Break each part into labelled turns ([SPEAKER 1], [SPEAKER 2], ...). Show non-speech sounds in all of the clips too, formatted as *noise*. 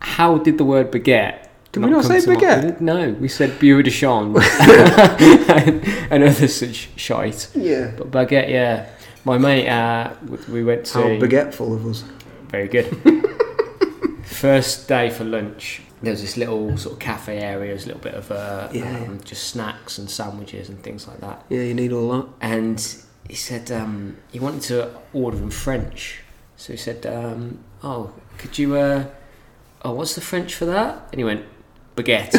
[SPEAKER 1] how did the word baguette?
[SPEAKER 2] Did we not
[SPEAKER 1] come
[SPEAKER 2] say
[SPEAKER 1] to mind?
[SPEAKER 2] baguette?
[SPEAKER 1] No, we said beurre de
[SPEAKER 2] *laughs*
[SPEAKER 1] chon and other such shite.
[SPEAKER 2] Yeah.
[SPEAKER 1] But baguette, yeah. My mate, uh, w- we went to
[SPEAKER 2] How baguetteful of us.
[SPEAKER 1] very good. *laughs* First day for lunch, there was this little sort of cafe area, it was a little bit of uh,
[SPEAKER 2] Yeah.
[SPEAKER 1] um, just snacks and sandwiches and things like that.
[SPEAKER 2] Yeah, you need all that.
[SPEAKER 1] And he said um, he wanted to order in French, so he said, um, "Oh, could you? Uh, oh, what's the French for that?" And he went, "Baguette."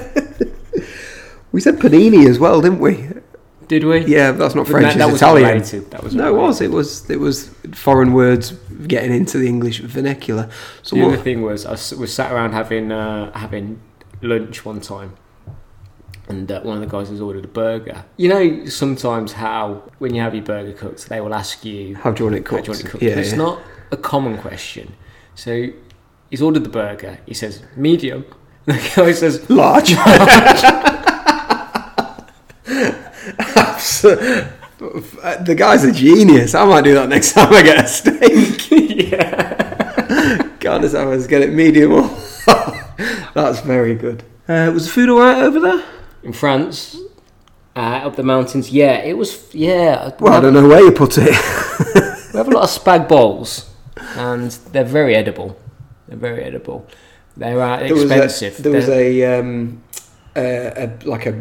[SPEAKER 1] *laughs*
[SPEAKER 2] We said panini as well, didn't we?
[SPEAKER 1] Did we?
[SPEAKER 2] Yeah, but that's not
[SPEAKER 1] But
[SPEAKER 2] French.
[SPEAKER 1] that, that
[SPEAKER 2] it's
[SPEAKER 1] was
[SPEAKER 2] Italian.
[SPEAKER 1] related, That was
[SPEAKER 2] No, it was. It
[SPEAKER 1] related.
[SPEAKER 2] was. It was foreign words getting into the English vernacular. So
[SPEAKER 1] the
[SPEAKER 2] what?
[SPEAKER 1] other thing was, I s- was sat around having uh, having lunch one time, and uh, one of the guys has ordered a burger. You know, sometimes how when you have your burger cooked, they will ask you
[SPEAKER 2] How do you want it
[SPEAKER 1] how
[SPEAKER 2] cooked?
[SPEAKER 1] do you want it cooked?
[SPEAKER 2] Yeah,
[SPEAKER 1] it's
[SPEAKER 2] yeah.
[SPEAKER 1] not a common question. So he's ordered the burger. He says medium. *laughs* The guy says
[SPEAKER 2] large. Abso- the guy's a genius. I might do that next time I get a steak. yeah. Can't I was get it medium *laughs* or. That's very good. Uh, was the food alright over there?
[SPEAKER 1] in France, uh, up the mountains. Yeah, it was. Yeah,
[SPEAKER 2] Well, I
[SPEAKER 1] we,
[SPEAKER 2] don't know where you put it.
[SPEAKER 1] have, we have a lot of spag bowls, and they're very edible. They're very edible. They're uh, expensive.
[SPEAKER 2] There was
[SPEAKER 1] They're-
[SPEAKER 2] a, there was a, um, a, a like a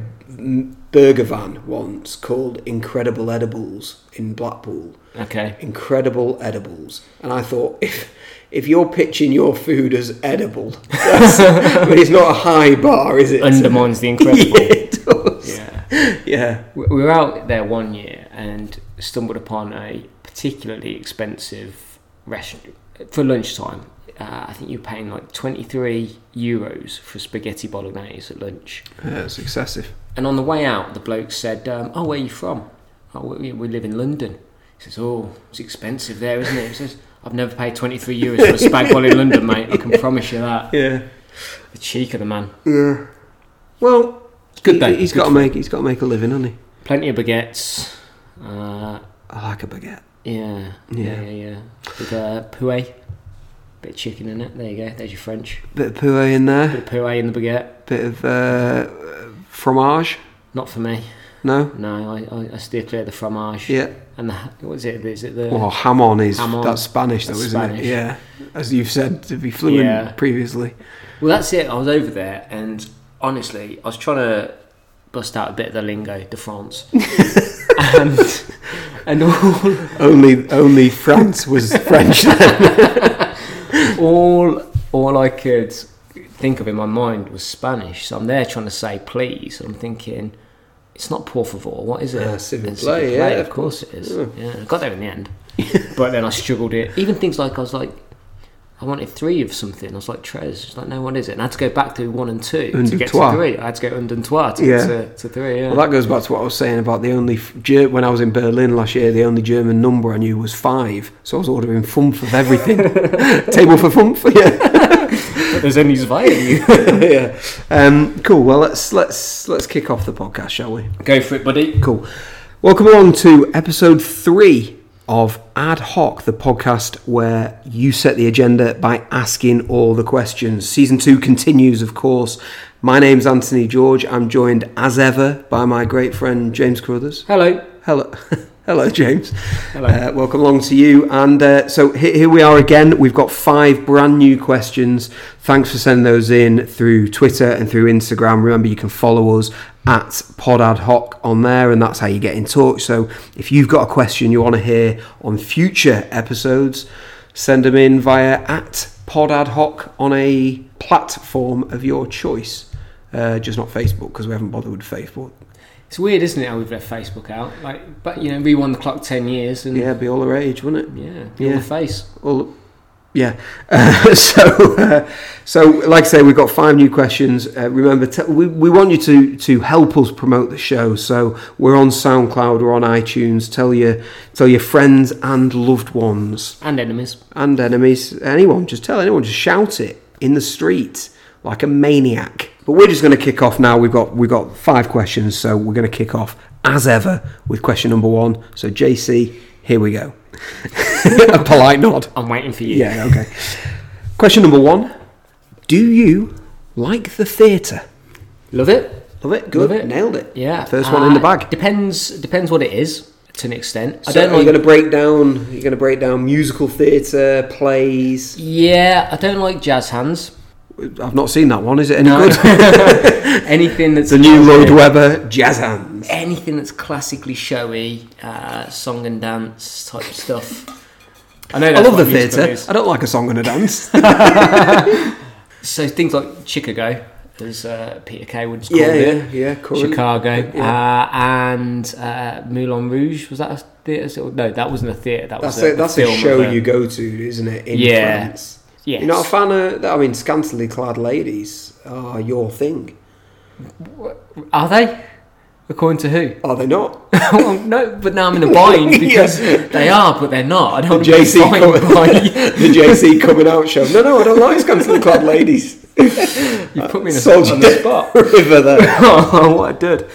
[SPEAKER 2] burger van once called Incredible Edibles in Blackpool.
[SPEAKER 1] okay.
[SPEAKER 2] incredible edibles. And I thought, if if you're pitching your food as edible, *laughs* that's, I mean, it's not a high bar, is it? *laughs*
[SPEAKER 1] undermines the
[SPEAKER 2] yeah,
[SPEAKER 1] incredible.
[SPEAKER 2] it does.
[SPEAKER 1] Yeah.
[SPEAKER 2] Yeah.
[SPEAKER 1] We we were out there one year and stumbled upon a particularly expensive restaurant for lunchtime. Uh, I think you're paying like 23 euros for spaghetti bolognese at lunch.
[SPEAKER 2] it's excessive.
[SPEAKER 1] And on the way out, the bloke said, um, Oh, where are you from? Oh, we, we live in London. He says, Oh, it's expensive there, isn't it? He says, I've never paid 23 euros for a spag bol in London, mate. I can promise you that.
[SPEAKER 2] Yeah.
[SPEAKER 1] The cheek of the man.
[SPEAKER 2] Yeah. Well,
[SPEAKER 1] Good
[SPEAKER 2] he,
[SPEAKER 1] though,
[SPEAKER 2] has
[SPEAKER 1] good
[SPEAKER 2] got to
[SPEAKER 1] food.
[SPEAKER 2] make he's got to make a living, hasn't he?
[SPEAKER 1] Plenty of baguettes. Uh,
[SPEAKER 2] I like a baguette.
[SPEAKER 1] Yeah, yeah,
[SPEAKER 2] Yeah.
[SPEAKER 1] yeah, yeah. With uh, pouet, bit of chicken in it. There you go. There's your French.
[SPEAKER 2] Bit of puree in there.
[SPEAKER 1] Bit of pouet in the baguette.
[SPEAKER 2] Bit of uh, fromage.
[SPEAKER 1] Not for me.
[SPEAKER 2] No.
[SPEAKER 1] No, I, I, I steer clear of the fromage.
[SPEAKER 2] Yeah.
[SPEAKER 1] And the what is it? Is it the
[SPEAKER 2] Well, ham on is
[SPEAKER 1] Ham on.
[SPEAKER 2] that's Spanish, though,
[SPEAKER 1] That's
[SPEAKER 2] isn't
[SPEAKER 1] Spanish.
[SPEAKER 2] it? Yeah, as you've said to be fluent
[SPEAKER 1] Yeah.
[SPEAKER 2] previously.
[SPEAKER 1] Well, that's it. I was over there, and honestly, I was trying to bust out a bit of the lingo de France,
[SPEAKER 2] *laughs*
[SPEAKER 1] and and all *laughs*
[SPEAKER 2] Only, only France was French.
[SPEAKER 1] all all I could think of in my mind was Spanish. So I'm there trying to say please, and I'm thinking it's not por favor. What is it?
[SPEAKER 2] Ah, civil
[SPEAKER 1] It's
[SPEAKER 2] play, yeah,
[SPEAKER 1] of
[SPEAKER 2] of
[SPEAKER 1] course it is.
[SPEAKER 2] yeah.
[SPEAKER 1] Yeah. I got there in the
[SPEAKER 2] *laughs*
[SPEAKER 1] end, but then I struggled it. Even things like I was like. I wanted three of something. I was like, Trez. It's like, no, what is it? And I had to go back to one and two
[SPEAKER 2] Un
[SPEAKER 1] to
[SPEAKER 2] deux
[SPEAKER 1] get
[SPEAKER 2] trois.
[SPEAKER 1] to three. I had to go under and trois to
[SPEAKER 2] Yeah.
[SPEAKER 1] get to, to three. Yeah.
[SPEAKER 2] Well, that goes back to what I was saying about the only f- Ger- when I was in Berlin last year, the only German number I knew was five, so I was ordering fumph of
[SPEAKER 1] *laughs*
[SPEAKER 2] everything, table for fumph. Yeah, *laughs*
[SPEAKER 1] There's only Zwei.
[SPEAKER 2] yeah. Um, cool. Well, let's let's let's kick off the podcast, shall we?
[SPEAKER 1] go for it, buddy.
[SPEAKER 2] Cool. Welcome along to episode three of Ad Hoc, the podcast where you set the agenda by asking all the questions. Season two continues, of course. My name's Anthony George. I'm joined as ever by my great friend James Carruthers.
[SPEAKER 1] Hello.
[SPEAKER 2] Hello. *laughs* Hello, James.
[SPEAKER 1] Hello.
[SPEAKER 2] Uh, welcome along to you. And uh, so he- here we are again. We've got five brand new questions. Thanks for sending those in through Twitter and through Instagram. Remember, you can follow us at Pod Ad Hoc on there, and that's how you get in touch. So if you've got a question you want to hear on future episodes, send them in via at Pod Ad Hoc on a platform of your choice. Uh, just not Facebook because we haven't bothered with Facebook.
[SPEAKER 1] It's weird, isn't it, how we've left Facebook out? Like, but you know, rewind the clock ten years, and
[SPEAKER 2] Yeah, it'd be all the rage, wouldn't it?
[SPEAKER 1] Yeah,
[SPEAKER 2] Yeah.
[SPEAKER 1] yeah. the face.
[SPEAKER 2] Well, yeah. *laughs* Uh, so, uh, so like I say, we've got five new questions. Uh, remember, t- we, we want you to to help us promote the show. So we're on SoundCloud, we're on iTunes. Tell your tell your friends and loved ones
[SPEAKER 1] And enemies.
[SPEAKER 2] and enemies, anyone. Just tell anyone. Just shout it in the street like a maniac. But we're just going to kick off now. We've got we've got five questions, so we're going to kick off as ever with question number one. So JC, here we go. *laughs* a polite nod.
[SPEAKER 1] I'm waiting for you.
[SPEAKER 2] Yeah, okay. Question number one Do you like the theatre?
[SPEAKER 1] Love it.
[SPEAKER 2] Love it. Good.
[SPEAKER 1] Love it.
[SPEAKER 2] Nailed it.
[SPEAKER 1] Yeah. Uh,
[SPEAKER 2] First one in the bag.
[SPEAKER 1] Depends depends what it is to an extent.
[SPEAKER 2] So are you going to break down? You're going to break down musical theatre plays.
[SPEAKER 1] Yeah, I don't like jazz hands.
[SPEAKER 2] I've not seen that one. Is it any
[SPEAKER 1] No.
[SPEAKER 2] good?
[SPEAKER 1] *laughs* anything that's
[SPEAKER 2] the new Lloyd Webber jazz hands.
[SPEAKER 1] anything that's classically showy, uh, song and dance type stuff. I know.
[SPEAKER 2] I
[SPEAKER 1] That's
[SPEAKER 2] love the
[SPEAKER 1] what musical
[SPEAKER 2] theatre.
[SPEAKER 1] is.
[SPEAKER 2] I don't like a song and a *laughs* dance.
[SPEAKER 1] So things like Chicago, as uh, Peter Kay would call
[SPEAKER 2] yeah,
[SPEAKER 1] it.
[SPEAKER 2] yeah, yeah. Current.
[SPEAKER 1] Chicago
[SPEAKER 2] Yeah.
[SPEAKER 1] uh, and uh, Moulin Rouge was that a theatre? No, that wasn't a theatre. That was
[SPEAKER 2] That's
[SPEAKER 1] a,
[SPEAKER 2] a, that's a
[SPEAKER 1] film
[SPEAKER 2] show
[SPEAKER 1] of a-
[SPEAKER 2] you go to, isn't it? In
[SPEAKER 1] Yeah.
[SPEAKER 2] France.
[SPEAKER 1] Yes.
[SPEAKER 2] You're not a fan of. I mean, scantily clad ladies are your thing.
[SPEAKER 1] Are they? According to who?
[SPEAKER 2] Are they not?
[SPEAKER 1] *laughs* well, no, but now I'm in a
[SPEAKER 2] *laughs*
[SPEAKER 1] bind because they are, but they're not. I don't want to be
[SPEAKER 2] JC
[SPEAKER 1] fined by
[SPEAKER 2] *laughs* the JC coming out show. No, no, I don't like scantily
[SPEAKER 1] *laughs*
[SPEAKER 2] clad ladies.
[SPEAKER 1] you. Put me in a
[SPEAKER 2] Sold
[SPEAKER 1] on
[SPEAKER 2] you.
[SPEAKER 1] the spot. *laughs*
[SPEAKER 2] River there.
[SPEAKER 1] oh, what I did.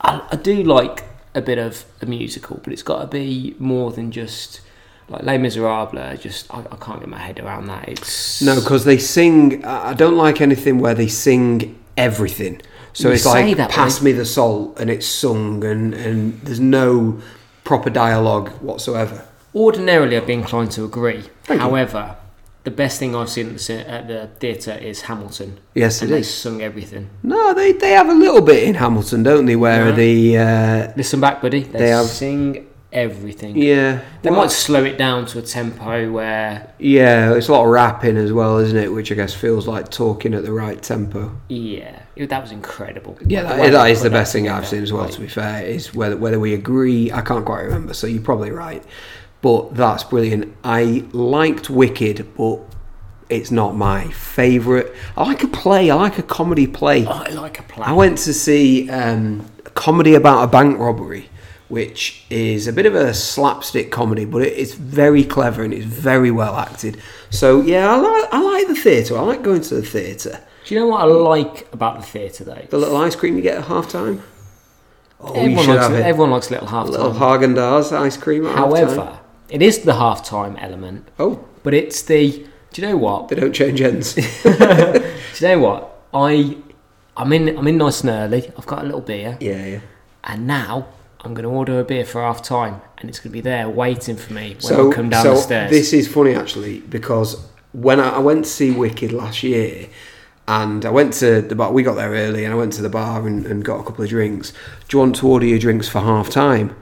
[SPEAKER 1] I, I do like a bit of a musical, but it's got to be more than just like Les Miserables. Just I, I can't get my head around that. It's
[SPEAKER 2] No, because they sing. I I don't like anything where they sing everything. So
[SPEAKER 1] You
[SPEAKER 2] it's
[SPEAKER 1] say
[SPEAKER 2] like
[SPEAKER 1] that,
[SPEAKER 2] pass me the salt, and it's sung, and and there's no proper dialogue whatsoever.
[SPEAKER 1] ordinarily I'd be inclined to agree.
[SPEAKER 2] Thank you.
[SPEAKER 1] However, the best thing I've seen at the, cin- at the theatre is Hamilton.
[SPEAKER 2] Yes,
[SPEAKER 1] and
[SPEAKER 2] it
[SPEAKER 1] they
[SPEAKER 2] is.
[SPEAKER 1] sung everything.
[SPEAKER 2] No, they they have a little bit in Hamilton, don't they? Where
[SPEAKER 1] Yeah.
[SPEAKER 2] the uh,
[SPEAKER 1] Listen back, buddy. They,
[SPEAKER 2] They have-
[SPEAKER 1] sing everything.
[SPEAKER 2] yeah
[SPEAKER 1] They
[SPEAKER 2] well,
[SPEAKER 1] might slow it down to a tempo where,
[SPEAKER 2] yeah it's a lot of rapping as well, isn't it? Which I guess feels like talking at the right tempo.
[SPEAKER 1] yeah, it- that was incredible.
[SPEAKER 2] Yeah,
[SPEAKER 1] Like, the way
[SPEAKER 2] that,
[SPEAKER 1] they
[SPEAKER 2] that is
[SPEAKER 1] put
[SPEAKER 2] the
[SPEAKER 1] that
[SPEAKER 2] best thing I've
[SPEAKER 1] together.
[SPEAKER 2] seen as well.
[SPEAKER 1] Like,
[SPEAKER 2] To be fair, is whether whether we agree. I can't quite remember, so you're probably right. But that's brilliant. I liked Wicked, but it's not my favourite. I like a play. I like a comedy play.
[SPEAKER 1] I like a play.
[SPEAKER 2] I went to see um, a comedy about a bank robbery, which is a bit of a slapstick comedy, but it, it's very clever and it's very well acted. So yeah, I like I like the theatre. I like going to the theatre.
[SPEAKER 1] Do you know what I like about the theatre though?
[SPEAKER 2] The little ice cream you get at half time. Oh,
[SPEAKER 1] everyone, likes, everyone likes a little half
[SPEAKER 2] Little
[SPEAKER 1] time.
[SPEAKER 2] Haagen Dazs ice cream. At
[SPEAKER 1] However,
[SPEAKER 2] halftime.
[SPEAKER 1] it is the half time element,
[SPEAKER 2] oh,
[SPEAKER 1] but it's the. Do you know what?
[SPEAKER 2] they don't
[SPEAKER 1] *laughs*
[SPEAKER 2] change ends.
[SPEAKER 1] Do you know what? I I'm in I'm in nice and early. I've got a little beer,
[SPEAKER 2] yeah, yeah.
[SPEAKER 1] and now I'm going to order a beer for half time, and it's going to be there waiting for me when
[SPEAKER 2] So,
[SPEAKER 1] I come down
[SPEAKER 2] so
[SPEAKER 1] the stairs.
[SPEAKER 2] this is funny actually because when I, I went to see Wicked last year, and I went to the bar. We got there early, and I went to the bar and, and got a couple of drinks. Do you want to order your drinks for half time?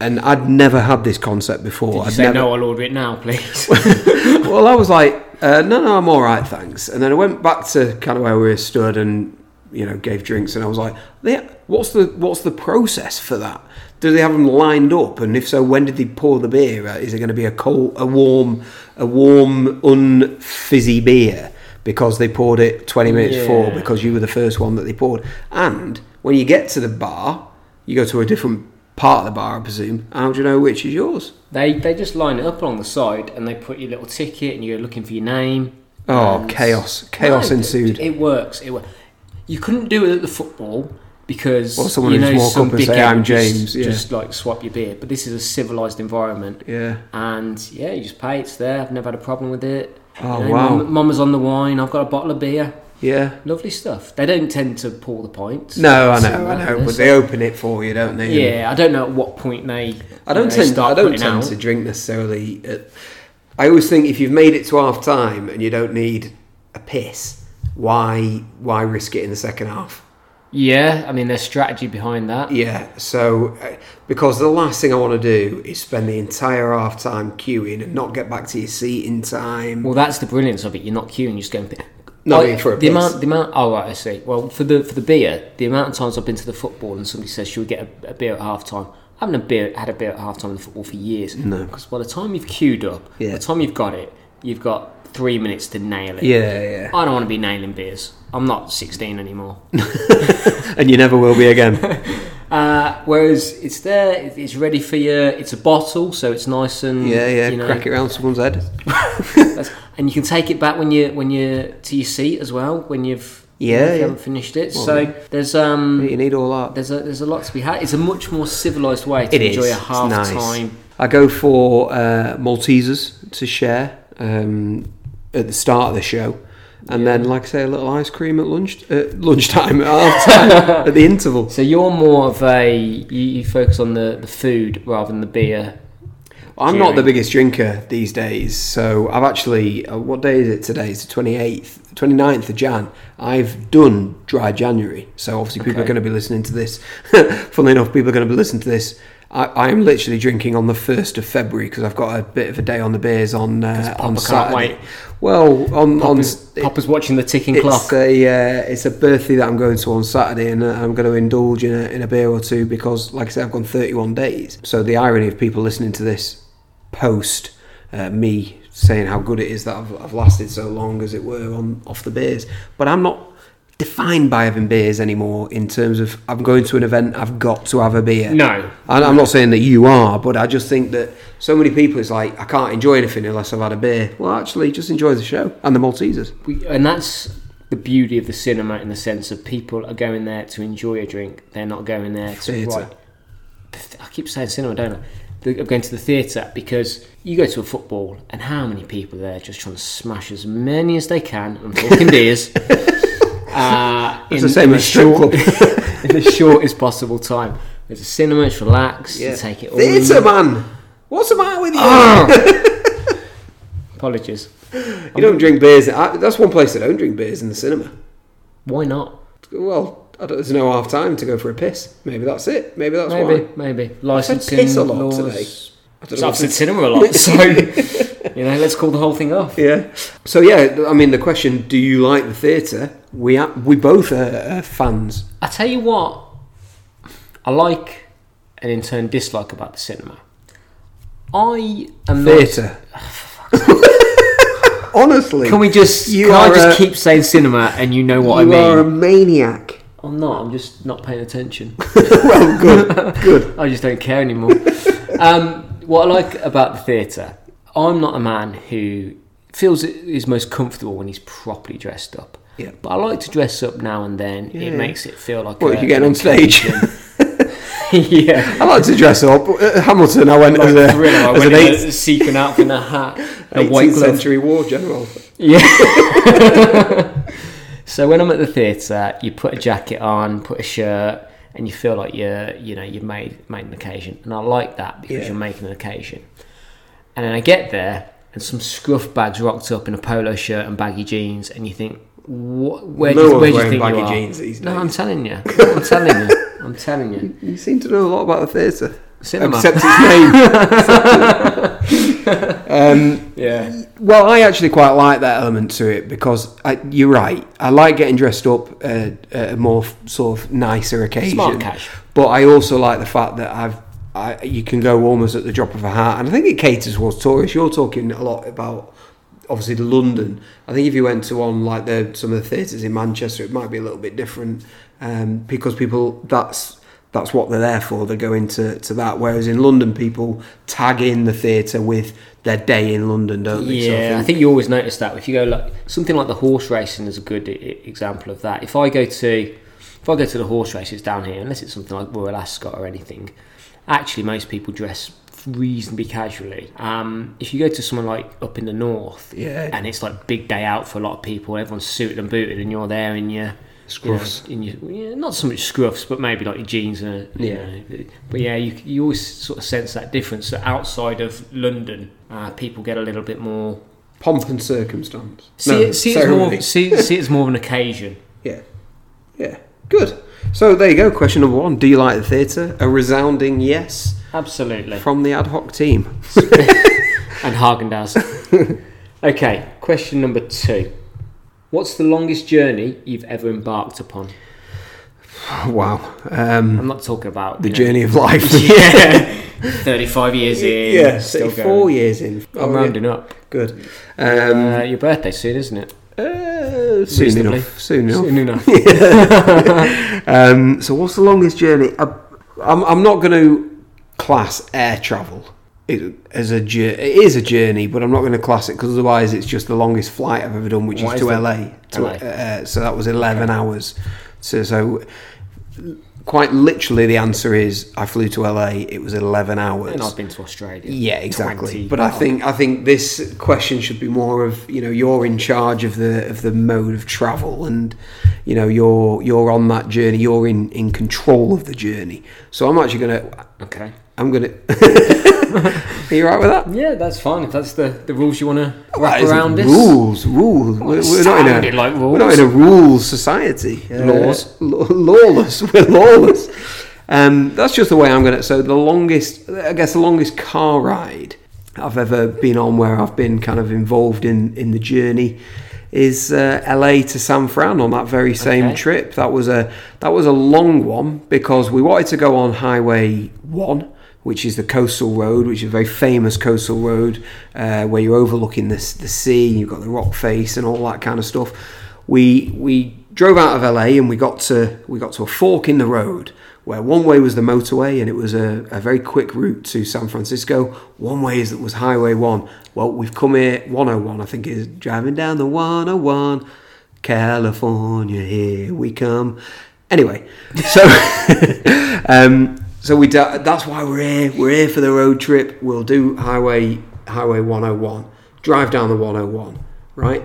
[SPEAKER 2] And I'd never had this concept before.
[SPEAKER 1] you
[SPEAKER 2] I'd
[SPEAKER 1] say
[SPEAKER 2] never,
[SPEAKER 1] no, I'll order it now, please.
[SPEAKER 2] well, I was like, uh, no, no, I'm all right, thanks. And then I went back to kind of where we were stood and you know gave drinks, and I was like, they, what's the what's the process for that? Do they have them lined up? And if so, when did they pour the beer? Uh, Is it going to be a cold, a warm, a warm, unfizzy beer? Because they poured it 20 minutes
[SPEAKER 1] Yeah.
[SPEAKER 2] before, because you were the first one that they poured. And when you get to the bar, you go to a different part of the bar, I presume. How do you know which is yours?
[SPEAKER 1] they they just line it up along the side, and they put your little ticket, and you're looking for your name.
[SPEAKER 2] Oh,
[SPEAKER 1] and-
[SPEAKER 2] chaos. Chaos
[SPEAKER 1] No, it-
[SPEAKER 2] ensued.
[SPEAKER 1] It, works. It works. You couldn't do it at the football because
[SPEAKER 2] Well, someone
[SPEAKER 1] you
[SPEAKER 2] would
[SPEAKER 1] know
[SPEAKER 2] just walk
[SPEAKER 1] some
[SPEAKER 2] up and
[SPEAKER 1] dickhead
[SPEAKER 2] say, "I'm
[SPEAKER 1] would just-
[SPEAKER 2] James," yeah.
[SPEAKER 1] Just like swap your beer, but this is a civilized environment.
[SPEAKER 2] yeah.
[SPEAKER 1] and yeah, you just pay. It's there. I've never had a problem with it.
[SPEAKER 2] Oh,
[SPEAKER 1] You know,
[SPEAKER 2] wow.
[SPEAKER 1] Mum, mama's on the wine. I've got a bottle of beer.
[SPEAKER 2] Yeah.
[SPEAKER 1] Lovely stuff. They don't tend to pour the pints.
[SPEAKER 2] No, I
[SPEAKER 1] So,
[SPEAKER 2] know, I
[SPEAKER 1] uh,
[SPEAKER 2] know,
[SPEAKER 1] there's-
[SPEAKER 2] but they open it for you, don't they?
[SPEAKER 1] yeah, I don't know at what point they.
[SPEAKER 2] I don't
[SPEAKER 1] they
[SPEAKER 2] tend.
[SPEAKER 1] start
[SPEAKER 2] I don't
[SPEAKER 1] putting out.
[SPEAKER 2] tend to drink necessarily. At, I always think if you've made it to half time and you don't need a piss, why why risk it in the second half?
[SPEAKER 1] Yeah, I mean, there's strategy behind that.
[SPEAKER 2] Yeah. So uh, because the last thing I want to do is spend the entire half time queuing and not get back to your seat in time.
[SPEAKER 1] Well, that's the brilliance of it. You're not queuing. You're just going.
[SPEAKER 2] Not
[SPEAKER 1] I-
[SPEAKER 2] in for a
[SPEAKER 1] the
[SPEAKER 2] piss.
[SPEAKER 1] amount. The amount. Oh right, I see. Well, for the for the beer, the amount of times I've been to the football and somebody says, "Should we get a, a beer at half time?" I haven't a beer, had a beer at half time in the football for years.
[SPEAKER 2] No.
[SPEAKER 1] because by the time you've queued up,
[SPEAKER 2] Yeah.
[SPEAKER 1] by the time you've got it, you've got three minutes to nail it.
[SPEAKER 2] yeah, yeah.
[SPEAKER 1] I don't want to be nailing beers. I'm not 16 anymore. *laughs*
[SPEAKER 2] And you never will be again.
[SPEAKER 1] uh, whereas it's there, it- it's ready for you. It's a bottle, so it's nice and
[SPEAKER 2] yeah, yeah.
[SPEAKER 1] you know,
[SPEAKER 2] Crack it round someone's head.
[SPEAKER 1] That's, and you can take it back when you when you to your seat as well when you've
[SPEAKER 2] Yeah,
[SPEAKER 1] if you
[SPEAKER 2] yeah.
[SPEAKER 1] haven't finished it.
[SPEAKER 2] Well,
[SPEAKER 1] so
[SPEAKER 2] yeah.
[SPEAKER 1] there's um
[SPEAKER 2] You need all that.
[SPEAKER 1] there's a there's a lot to be had. It's a much more civilized way to
[SPEAKER 2] It is.
[SPEAKER 1] enjoy a
[SPEAKER 2] It's
[SPEAKER 1] half
[SPEAKER 2] nice.
[SPEAKER 1] time.
[SPEAKER 2] I go for uh, Maltesers to share um, at the start of the show, and
[SPEAKER 1] Yeah.
[SPEAKER 2] then, like I say, a little ice cream at lunch at lunchtime *laughs* at half time at the interval.
[SPEAKER 1] So you're more of a you, you focus on the, the food rather than the beer.
[SPEAKER 2] I'm not the
[SPEAKER 1] Cheering.
[SPEAKER 2] biggest drinker these days, so I've actually uh, what day is it today? It's the 28th, 29th of Jan. I've done dry January, so obviously people are
[SPEAKER 1] Okay.
[SPEAKER 2] going to be listening to this. *laughs* Funnily enough, people are going to be listening to this. I, I'm literally drinking on the first of February because I've got a bit of a day on the beers on uh,
[SPEAKER 1] Papa
[SPEAKER 2] on
[SPEAKER 1] can't
[SPEAKER 2] Saturday.
[SPEAKER 1] wait.
[SPEAKER 2] Well, on
[SPEAKER 1] Papa's,
[SPEAKER 2] on
[SPEAKER 1] Papa's watching the ticking
[SPEAKER 2] it's *laughs*
[SPEAKER 1] clock.
[SPEAKER 2] a uh, it's a birthday that I'm going to on Saturday, and uh, I'm going to indulge in a, in a beer or two because, like I said, I've gone 31 days. So the irony of people listening to this post uh, me saying how good it is that I've, I've lasted so long, as it were, on off the beers, but I'm not defined by having beers anymore. In terms of I'm going to an event, I've got to have a beer.
[SPEAKER 1] No.
[SPEAKER 2] And I'm not saying that you are, but I just think that so many people is like I can't enjoy anything unless I've had a beer. Well, actually, just enjoy the show and the Maltesers.
[SPEAKER 1] We, and that's the beauty of the cinema in the sense of people are going there to enjoy a drink. They're not going there to
[SPEAKER 2] Theatre.
[SPEAKER 1] right. I keep saying cinema, don't I? The- I'm going to the theatre because you go to a football and how many people are there just trying to smash as many as they can and fucking
[SPEAKER 2] *laughs*
[SPEAKER 1] beers. Uh,
[SPEAKER 2] It's the same as strip
[SPEAKER 1] *laughs*
[SPEAKER 2] club.
[SPEAKER 1] in the shortest possible time. There's a cinema, it's relaxed, you take it all. in. Ah.
[SPEAKER 2] Theatre man. What's the matter with you? *laughs*
[SPEAKER 1] Apologies.
[SPEAKER 2] you don't drink beers. I, that's one place that don't drink beers in the cinema.
[SPEAKER 1] Why not?
[SPEAKER 2] Well, I don't, there's no half time to go for a piss. Maybe that's it. Maybe that's
[SPEAKER 1] maybe,
[SPEAKER 2] why.
[SPEAKER 1] maybe. Licensing
[SPEAKER 2] piss a lot
[SPEAKER 1] laws.
[SPEAKER 2] today. I don't
[SPEAKER 1] It's
[SPEAKER 2] know
[SPEAKER 1] up to the cinema a *laughs* lot, so you know, let's call the whole thing off.
[SPEAKER 2] Yeah. So yeah, th- I mean, the question: Do you like the theatre? We are, we both are, uh fans.
[SPEAKER 1] I tell you what, I like and in turn dislike about the cinema. I am not.
[SPEAKER 2] Theatre. *laughs* Honestly,
[SPEAKER 1] Can we just?
[SPEAKER 2] You
[SPEAKER 1] can I
[SPEAKER 2] are
[SPEAKER 1] just
[SPEAKER 2] a-
[SPEAKER 1] keep saying cinema, and you know what
[SPEAKER 2] you
[SPEAKER 1] I
[SPEAKER 2] are a
[SPEAKER 1] mean?
[SPEAKER 2] maniac. *laughs*
[SPEAKER 1] i I'm not. I'm just not paying attention.
[SPEAKER 2] well, good,
[SPEAKER 1] *laughs*
[SPEAKER 2] good.
[SPEAKER 1] I just don't care anymore. *laughs* um, what I like about the theatre, I'm not a man who feels is most comfortable when he's properly dressed up.
[SPEAKER 2] Yeah.
[SPEAKER 1] But I like to dress up now and then.
[SPEAKER 2] Yeah.
[SPEAKER 1] It makes it feel like
[SPEAKER 2] What,
[SPEAKER 1] a-
[SPEAKER 2] if you're getting on stage?
[SPEAKER 1] *laughs*
[SPEAKER 2] *laughs*
[SPEAKER 1] yeah.
[SPEAKER 2] I like to dress up. Uh, Hamilton, I went as a
[SPEAKER 1] Thriller, I
[SPEAKER 2] as
[SPEAKER 1] went
[SPEAKER 2] an
[SPEAKER 1] in
[SPEAKER 2] eight,
[SPEAKER 1] a sequin outfit and a
[SPEAKER 2] *laughs*
[SPEAKER 1] hat, and a
[SPEAKER 2] 18th
[SPEAKER 1] white glove.
[SPEAKER 2] century war general.
[SPEAKER 1] Yeah. so when I'm at the theatre, you put a jacket on, put a shirt, and you feel like you're, you know, you've made made an occasion, and I like that because
[SPEAKER 2] Yeah.
[SPEAKER 1] you're making an occasion. And then I get there, and some scruff bags rocked up in a polo shirt and baggy jeans, and you think, what, where,
[SPEAKER 2] No
[SPEAKER 1] do, you-
[SPEAKER 2] one's
[SPEAKER 1] where do you
[SPEAKER 2] wearing
[SPEAKER 1] think
[SPEAKER 2] baggy
[SPEAKER 1] you are?
[SPEAKER 2] jeans these
[SPEAKER 1] no,
[SPEAKER 2] days.
[SPEAKER 1] I'm telling you, I'm telling you, I'm telling
[SPEAKER 2] *laughs*
[SPEAKER 1] you.
[SPEAKER 2] You seem to know a lot about the theatre.
[SPEAKER 1] Cinema.
[SPEAKER 2] Except its name.
[SPEAKER 1] *laughs*
[SPEAKER 2] um,
[SPEAKER 1] yeah.
[SPEAKER 2] well, I actually quite like that element to it because I, you're right. I like getting dressed up uh, at a more f- sort of nicer occasion.
[SPEAKER 1] Smart cash.
[SPEAKER 2] But I also like the fact that I've. I, you can go almost at the drop of a hat, and I think it caters towards tourists. You're talking a lot about obviously the London. I think if you went to one like the some of the theatres in Manchester, it might be a little bit different um, because people that's that's what they're there for. They're going to, to that. Whereas in London, people tag in the theatre with their day in London, don't they? So
[SPEAKER 1] Yeah, I think you always notice that. If you go like something like the horse racing is a good I- i- example of that. If I go to if I go to the horse races down here, unless it's something like Royal Ascot or anything, actually most people dress reasonably casually. Um, if you go to someone like up in the north,
[SPEAKER 2] Yeah.
[SPEAKER 1] and it's like big day out for a lot of people, everyone's suited and booted, and you're there in your
[SPEAKER 2] Scruffs.
[SPEAKER 1] you know, in your yeah, not so much scruffs, but maybe like your jeans and a, you
[SPEAKER 2] Yeah.
[SPEAKER 1] know, but yeah, you, you always sort of sense that difference. That outside of London, uh, people get a little bit more.
[SPEAKER 2] pomp and circumstance.
[SPEAKER 1] See,
[SPEAKER 2] No,
[SPEAKER 1] it, see, it's more,
[SPEAKER 2] ceremony.
[SPEAKER 1] of- see, see, it's more of an occasion.
[SPEAKER 2] Yeah. Yeah. Good. So there you go. Question number one. Do you like the theatre? A resounding yes
[SPEAKER 1] Absolutely.
[SPEAKER 2] from the ad hoc team.
[SPEAKER 1] And Hagen Dazs. *laughs* okay, question number two. What's the longest journey you've ever embarked upon?
[SPEAKER 2] wow. Um,
[SPEAKER 1] I'm not talking about
[SPEAKER 2] the
[SPEAKER 1] you know,
[SPEAKER 2] journey of life.
[SPEAKER 1] *laughs*
[SPEAKER 2] *laughs*
[SPEAKER 1] yeah, thirty-five years in.
[SPEAKER 2] yeah.
[SPEAKER 1] still
[SPEAKER 2] Four
[SPEAKER 1] going.
[SPEAKER 2] years in.
[SPEAKER 1] I'm
[SPEAKER 2] Oh, yeah.
[SPEAKER 1] rounding up.
[SPEAKER 2] Good. Um,
[SPEAKER 1] uh, your birthday soon, isn't it?
[SPEAKER 2] uh, soon
[SPEAKER 1] reasonably.
[SPEAKER 2] enough. Soon enough.
[SPEAKER 1] Soon enough.
[SPEAKER 2] um, so what's the longest journey? I, I'm, I'm not going to class air travel it- as a journey. It is a journey, but I'm not going to class it because otherwise it's just the longest flight I've ever done, which
[SPEAKER 1] What
[SPEAKER 2] is
[SPEAKER 1] is
[SPEAKER 2] to uh,
[SPEAKER 1] the-
[SPEAKER 2] LA. To,
[SPEAKER 1] LA.
[SPEAKER 2] Uh, so that was 11 hours. So, so quite literally, the answer is I flew to LA. It was eleven hours.
[SPEAKER 1] And I've been to Australia.
[SPEAKER 2] Yeah,
[SPEAKER 1] 20.
[SPEAKER 2] exactly. But I think I think this question should be more of you know you're in charge of the of the mode of travel and you know you're you're on that journey. You're in in control of the journey. So I'm actually gonna
[SPEAKER 1] Okay.
[SPEAKER 2] I'm gonna. *laughs* Are you right with that?
[SPEAKER 1] Yeah, that's fine. If that's the, the rules you want to
[SPEAKER 2] That
[SPEAKER 1] wrap
[SPEAKER 2] isn't
[SPEAKER 1] around this.
[SPEAKER 2] rules, rules. We're, we're not in
[SPEAKER 1] sounded
[SPEAKER 2] a
[SPEAKER 1] like
[SPEAKER 2] we're not in a rules society. Uh,
[SPEAKER 1] Laws.
[SPEAKER 2] law- lawless. *laughs* We're lawless. Um, that's just the way I'm gonna. So the longest, I guess, the longest car ride I've ever been on, where I've been kind of involved in in the journey, is uh, LA to San Fran on that very same
[SPEAKER 1] Okay.
[SPEAKER 2] trip. That was a that was a long one because we wanted to go on Highway One which is the coastal road, which is a very famous coastal road uh, where you're overlooking the, s- the sea, you've got the rock face and all that kind of stuff. We we drove out of LA and we got to we got to a fork in the road where one way was the motorway and it was a, a very quick route to San Francisco. One way is that was Highway One. Well, we've come here 101, I think, it is driving down the 101. California, here we come. Anyway, so *laughs* um, so we da- that's why we're here. We're here for the road trip. We'll do highway highway 101. Drive down the 101, right?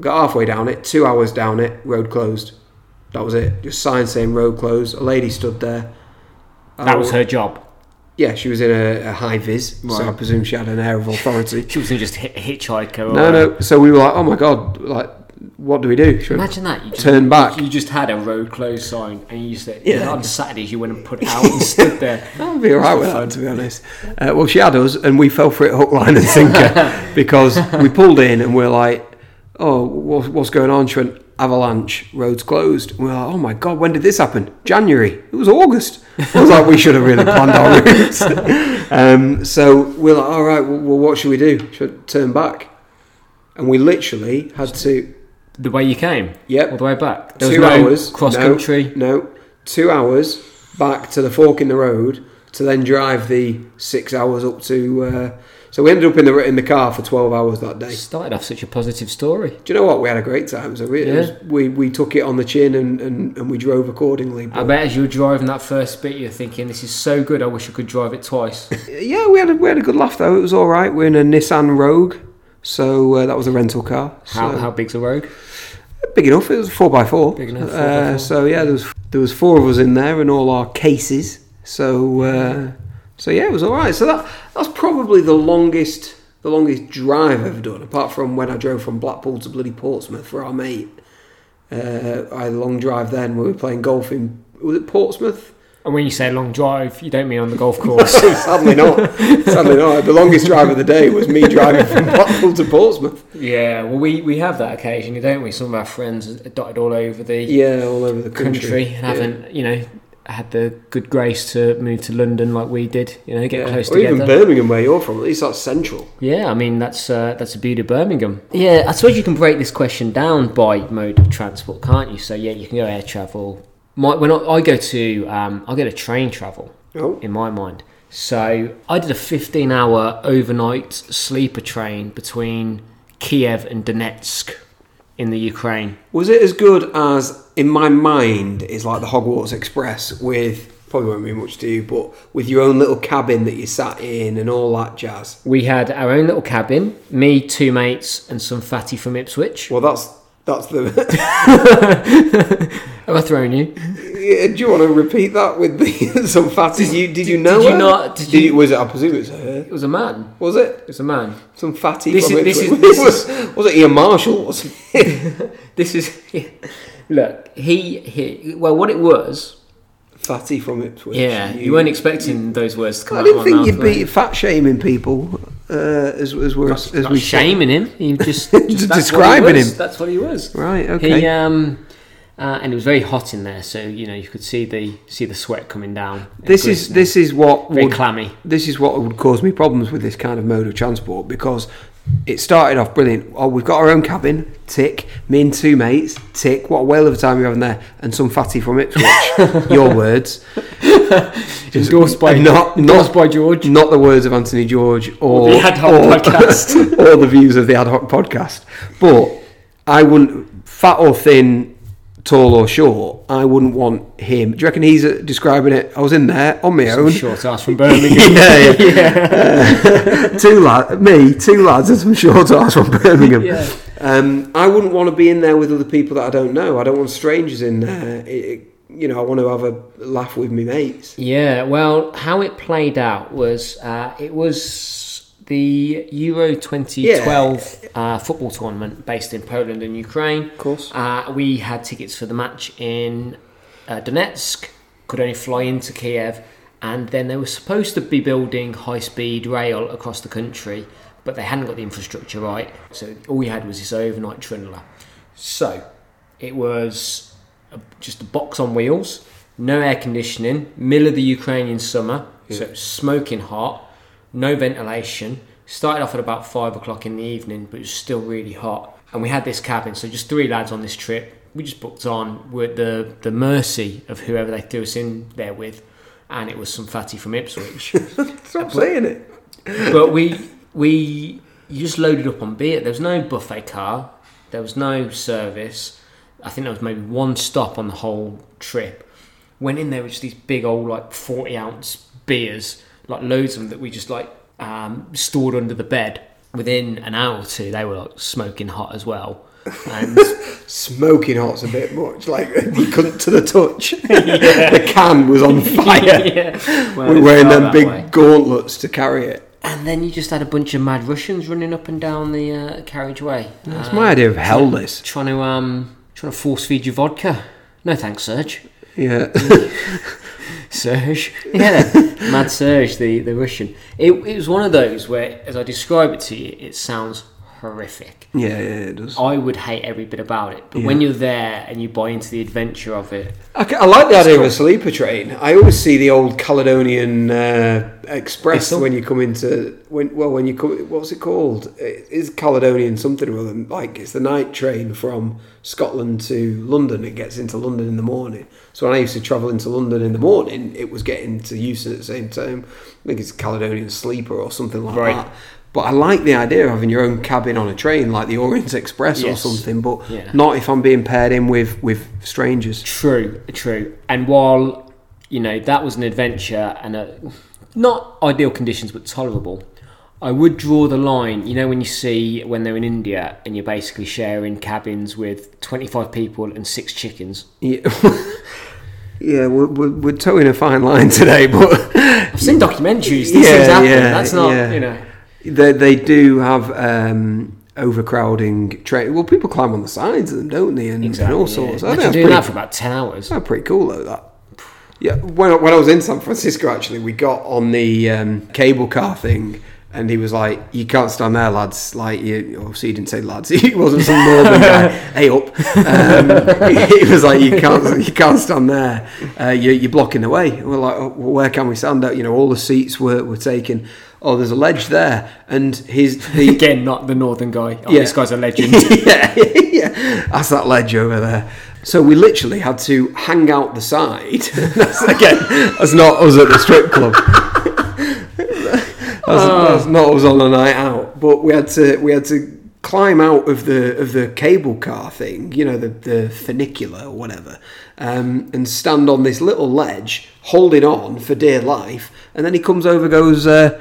[SPEAKER 2] Got halfway down it, two hours down it, road closed. That was it. Just sign saying road closed. A lady stood there.
[SPEAKER 1] That
[SPEAKER 2] Oh,
[SPEAKER 1] was her job.
[SPEAKER 2] Yeah, she was in a, a high vis, so
[SPEAKER 1] Right.
[SPEAKER 2] I presume she had an air of
[SPEAKER 1] *laughs*
[SPEAKER 2] authority.
[SPEAKER 1] She wasn't just a hitchhiker. Or
[SPEAKER 2] no, no. So we were like, oh my god, like, what do we do? Should we
[SPEAKER 1] Imagine that. You just,
[SPEAKER 2] turn back?
[SPEAKER 1] you just had a road closed sign and you said,
[SPEAKER 2] Yeah.
[SPEAKER 1] on Saturdays you went and put it out and stood
[SPEAKER 2] *laughs*
[SPEAKER 1] there.
[SPEAKER 2] I'd be all right with that, to be honest. Uh, well, she had us, and we fell for it hook, line, and sinker because we pulled in and we're like, "Oh, wha- what's going on?" She went, "Avalanche, roads closed." And we're like, "Oh my god, when did this happen?" January. It was August. I was like, "We should have really planned our routes." *laughs* um, so we're like, "All right, well, well, what should we do? Should turn back?" And we literally had to.
[SPEAKER 1] The way you came.
[SPEAKER 2] Yep.
[SPEAKER 1] All the way back. There was
[SPEAKER 2] two
[SPEAKER 1] no
[SPEAKER 2] hours
[SPEAKER 1] cross
[SPEAKER 2] no,
[SPEAKER 1] country.
[SPEAKER 2] No, two hours back to the fork in the road to then drive the six hours up to. Uh, so we ended up in the in the car for twelve hours that day.
[SPEAKER 1] Started off such a positive story.
[SPEAKER 2] Do you know what? We had a great time. So we it was- we, we took it on the chin and, and, and we drove accordingly.
[SPEAKER 1] I
[SPEAKER 2] But
[SPEAKER 1] bet as you were driving that first bit, you're thinking, this is so good, I wish I could drive it
[SPEAKER 2] *laughs*
[SPEAKER 1] twice.
[SPEAKER 2] yeah, we had a, we had a good laugh though. It was all right. We're in a Nissan Rogue, so uh, that was a rental car. So
[SPEAKER 1] How, how big's the road?
[SPEAKER 2] big enough. It was a four by four.
[SPEAKER 1] Big enough,
[SPEAKER 2] Uh,
[SPEAKER 1] 4x4.
[SPEAKER 2] so yeah, there was there was four of us in there and all our cases. So uh, so yeah, it was all right. So that that's probably the longest the longest drive I've done, apart from when I drove from Blackpool to bloody Portsmouth for our mate. Uh, I had a long drive then. We were playing golf in was it Portsmouth?
[SPEAKER 1] And when you say long drive, you don't mean on the golf course.
[SPEAKER 2] *laughs* Sadly not.
[SPEAKER 1] *laughs*
[SPEAKER 2] Sadly not. The longest drive of the day was me driving from Blackpool to Portsmouth.
[SPEAKER 1] yeah, well, we, we have that occasionally, don't we? Some of our friends are dotted all over the
[SPEAKER 2] Yeah, all over the
[SPEAKER 1] country,
[SPEAKER 2] country.
[SPEAKER 1] and
[SPEAKER 2] Yeah.
[SPEAKER 1] haven't, you know, had the good grace to move to London like we did, you know, get
[SPEAKER 2] Yeah.
[SPEAKER 1] close
[SPEAKER 2] or
[SPEAKER 1] together.
[SPEAKER 2] even Birmingham, where you're from. At least that's central.
[SPEAKER 1] Yeah, I mean that's uh, that's the beauty of Birmingham. Yeah, I suppose you can break this question down by mode of transport, can't you? So yeah, you can go air travel. My, when I, I go to um, I go to train travel
[SPEAKER 2] Oh,
[SPEAKER 1] in my mind. So I did a 15-hour overnight sleeper train between Kiev and Donetsk in the Ukraine.
[SPEAKER 2] Was it as good as in my mind is like the Hogwarts Express with probably won't mean much to you, but with your own little cabin that you sat in and all that jazz.
[SPEAKER 1] We had our own little cabin, me, two mates, and some fatty from Ipswich.
[SPEAKER 2] Well, that's that's the. *laughs*
[SPEAKER 1] Have I thrown you?
[SPEAKER 2] Yeah, Do you want to repeat that with the *laughs* some fatty? Did you did you know?
[SPEAKER 1] did you
[SPEAKER 2] her?
[SPEAKER 1] not- did you-
[SPEAKER 2] Was it? I presume it's her.
[SPEAKER 1] It was a man.
[SPEAKER 2] Was it
[SPEAKER 1] It was a man.
[SPEAKER 2] some fatty?
[SPEAKER 1] This
[SPEAKER 2] from
[SPEAKER 1] is- this
[SPEAKER 2] Italy? *laughs*
[SPEAKER 1] is- this
[SPEAKER 2] was, was it Ian Marshall? Was it?
[SPEAKER 1] This is *laughs* look. He, he well, what it was.
[SPEAKER 2] Fatty from Ipswich.
[SPEAKER 1] Yeah, you weren't expecting those words to come.
[SPEAKER 2] I
[SPEAKER 1] out
[SPEAKER 2] didn't
[SPEAKER 1] of
[SPEAKER 2] think
[SPEAKER 1] my
[SPEAKER 2] you'd
[SPEAKER 1] mouth,
[SPEAKER 2] be fat shaming people uh, as as we're as
[SPEAKER 1] Not
[SPEAKER 2] we
[SPEAKER 1] shaming him. You
[SPEAKER 2] *laughs*
[SPEAKER 1] just, just that's
[SPEAKER 2] describing
[SPEAKER 1] what he was,
[SPEAKER 2] him.
[SPEAKER 1] That's what he was.
[SPEAKER 2] Right. Okay.
[SPEAKER 1] He um, uh, and it was very hot in there, so you know you could see the see the sweat coming down. and
[SPEAKER 2] This is
[SPEAKER 1] glistening.
[SPEAKER 2] this is what
[SPEAKER 1] very
[SPEAKER 2] would
[SPEAKER 1] clammy.
[SPEAKER 2] this is what would cause me problems with this kind of mode of transport because it started off brilliant. Oh, we've got our own cabin, tick. Me and two mates, tick. What a whale of a time you're having there, and some fatty
[SPEAKER 1] *laughs*
[SPEAKER 2] from Ipswich. Your words, Just-
[SPEAKER 1] Endorsed by-
[SPEAKER 2] and not
[SPEAKER 1] Endorsed
[SPEAKER 2] not
[SPEAKER 1] by George.
[SPEAKER 2] not the words of Anthony George or
[SPEAKER 1] the Ad Hoc
[SPEAKER 2] *laughs* or-
[SPEAKER 1] podcast.
[SPEAKER 2] or the views of the ad hoc podcast. But I wouldn't fat or thin tall or short, I wouldn't want him. Do you reckon he's uh, describing it? I was in there on my own.
[SPEAKER 1] Short ass
[SPEAKER 2] *laughs*
[SPEAKER 1] from Birmingham.
[SPEAKER 2] yeah,
[SPEAKER 1] *laughs*
[SPEAKER 2] yeah. Uh, *laughs* two lads, me, two lads, and some short arse from Birmingham.
[SPEAKER 1] Yeah.
[SPEAKER 2] Um, I wouldn't want to be in there with other people that I don't know. I don't want strangers in there. It, it- you know, I want to have a laugh with my mates.
[SPEAKER 1] Yeah, well, how it played out was uh, it was the Euro 2012 uh, football tournament based in Poland and Ukraine. Of
[SPEAKER 2] course.
[SPEAKER 1] Uh, we had tickets for the match in uh, Donetsk, could only fly into Kiev, and then they were supposed to be building high speed rail across the country, but they hadn't got the infrastructure right. So all we had was this overnight trundler. So it was a, just a box on wheels, no air conditioning, middle of the Ukrainian summer, so it was smoking hot, no ventilation. Started off at about five o'clock in the evening, but it was still really hot. And we had this cabin, so just three lads on this trip. We just booked on. We're at the, the mercy of whoever they threw us in there with, and it was some fatty from Ipswich. *laughs*
[SPEAKER 2] Stop saying it.
[SPEAKER 1] but we we you just loaded up on beer. There was no buffet car. There was no service. I think there was maybe one stop on the whole trip. Went in there with just these big old like forty ounce beers, like loads of them that we just like um, stored under the bed. Within an hour or two, they were like smoking hot as well. And
[SPEAKER 2] Smoking hot's a bit much. Like *laughs* you couldn't to
[SPEAKER 1] *laughs*
[SPEAKER 2] the touch. the can was on fire.
[SPEAKER 1] *laughs* yeah, well,
[SPEAKER 2] we
[SPEAKER 1] it
[SPEAKER 2] were wearing
[SPEAKER 1] felt
[SPEAKER 2] them
[SPEAKER 1] that
[SPEAKER 2] big
[SPEAKER 1] way.
[SPEAKER 2] gauntlets to carry it.
[SPEAKER 1] And then you just had a bunch of mad Russians running up and down the uh, carriageway.
[SPEAKER 2] That's my idea of hell. This.
[SPEAKER 1] trying to um trying to force feed you vodka. No thanks, Serge.
[SPEAKER 2] Yeah. *laughs*
[SPEAKER 1] Serge, *laughs* yeah, Mad Serge, the the Russian. It, it was one of those where, as I describe it to you, it sounds horrific.
[SPEAKER 2] yeah. Yeah. It does.
[SPEAKER 1] I would hate every bit about it, but when you're there and you buy into the adventure of it,
[SPEAKER 2] I, ca- I like the idea of a sleeper train. I always see the old Caledonian uh, Express
[SPEAKER 1] Whistle?
[SPEAKER 2] when you come into when well when you come what's it called? It is Caledonian something or other. Like it's the night train from Scotland to London. It gets into London in the morning. So when I used to travel into London in the morning, it was getting to Euston at the same time. I think it's Caledonian Sleeper or something like
[SPEAKER 1] Right.
[SPEAKER 2] that. But I like the idea of having your own cabin on a train, like the Orient Express
[SPEAKER 1] Yes.
[SPEAKER 2] or something. But
[SPEAKER 1] Yeah.
[SPEAKER 2] not if I'm being paired in with with strangers.
[SPEAKER 1] True, true. And while you know that was an adventure and a, not ideal conditions, but tolerable, I would draw the line. You know, when you see when they're in India and you're basically sharing cabins with 25 people and six chickens.
[SPEAKER 2] Yeah, *laughs* yeah we're, we're, we're towing a fine line today, but *laughs*
[SPEAKER 1] I've seen documentaries. These
[SPEAKER 2] Yeah,
[SPEAKER 1] things happen.
[SPEAKER 2] yeah,
[SPEAKER 1] That's not
[SPEAKER 2] yeah.
[SPEAKER 1] you know.
[SPEAKER 2] they, they do have um, overcrowding. Tra- well, people climb on the sides of them, don't they? And, and all sorts.
[SPEAKER 1] Imagine
[SPEAKER 2] I think Oh. that's
[SPEAKER 1] doing
[SPEAKER 2] pretty,
[SPEAKER 1] that for about 10 hours.
[SPEAKER 2] that's pretty cool, though. That. Yeah, when, I- when I was in San Francisco, actually, we got on the um, cable car thing. And he was like, "You can't stand there, lads." Like, you, obviously, he didn't say lads. *laughs* He wasn't some northern guy. Hey up! Um, *laughs* he was like, "You can't, you can't stand there. Uh, you, you're blocking the way." And we're like, oh, well, "Where can we stand?" out?" You know, all the seats were, were taken. Oh, there's a ledge there, and his the,
[SPEAKER 1] Again, not the northern guy. Oh,
[SPEAKER 2] Yeah.
[SPEAKER 1] This guy's a legend.
[SPEAKER 2] *laughs* yeah, yeah. That's that ledge over there. So we literally had to hang out the side. *laughs* that's, again, that's not us at the strip club. *laughs* that's, that's not us on a night out. But we had to we had to climb out of the of the cable car thing, you know, the the funicular or whatever, um, and stand on this little ledge, holding on for dear life. And then he comes over, goes. Uh,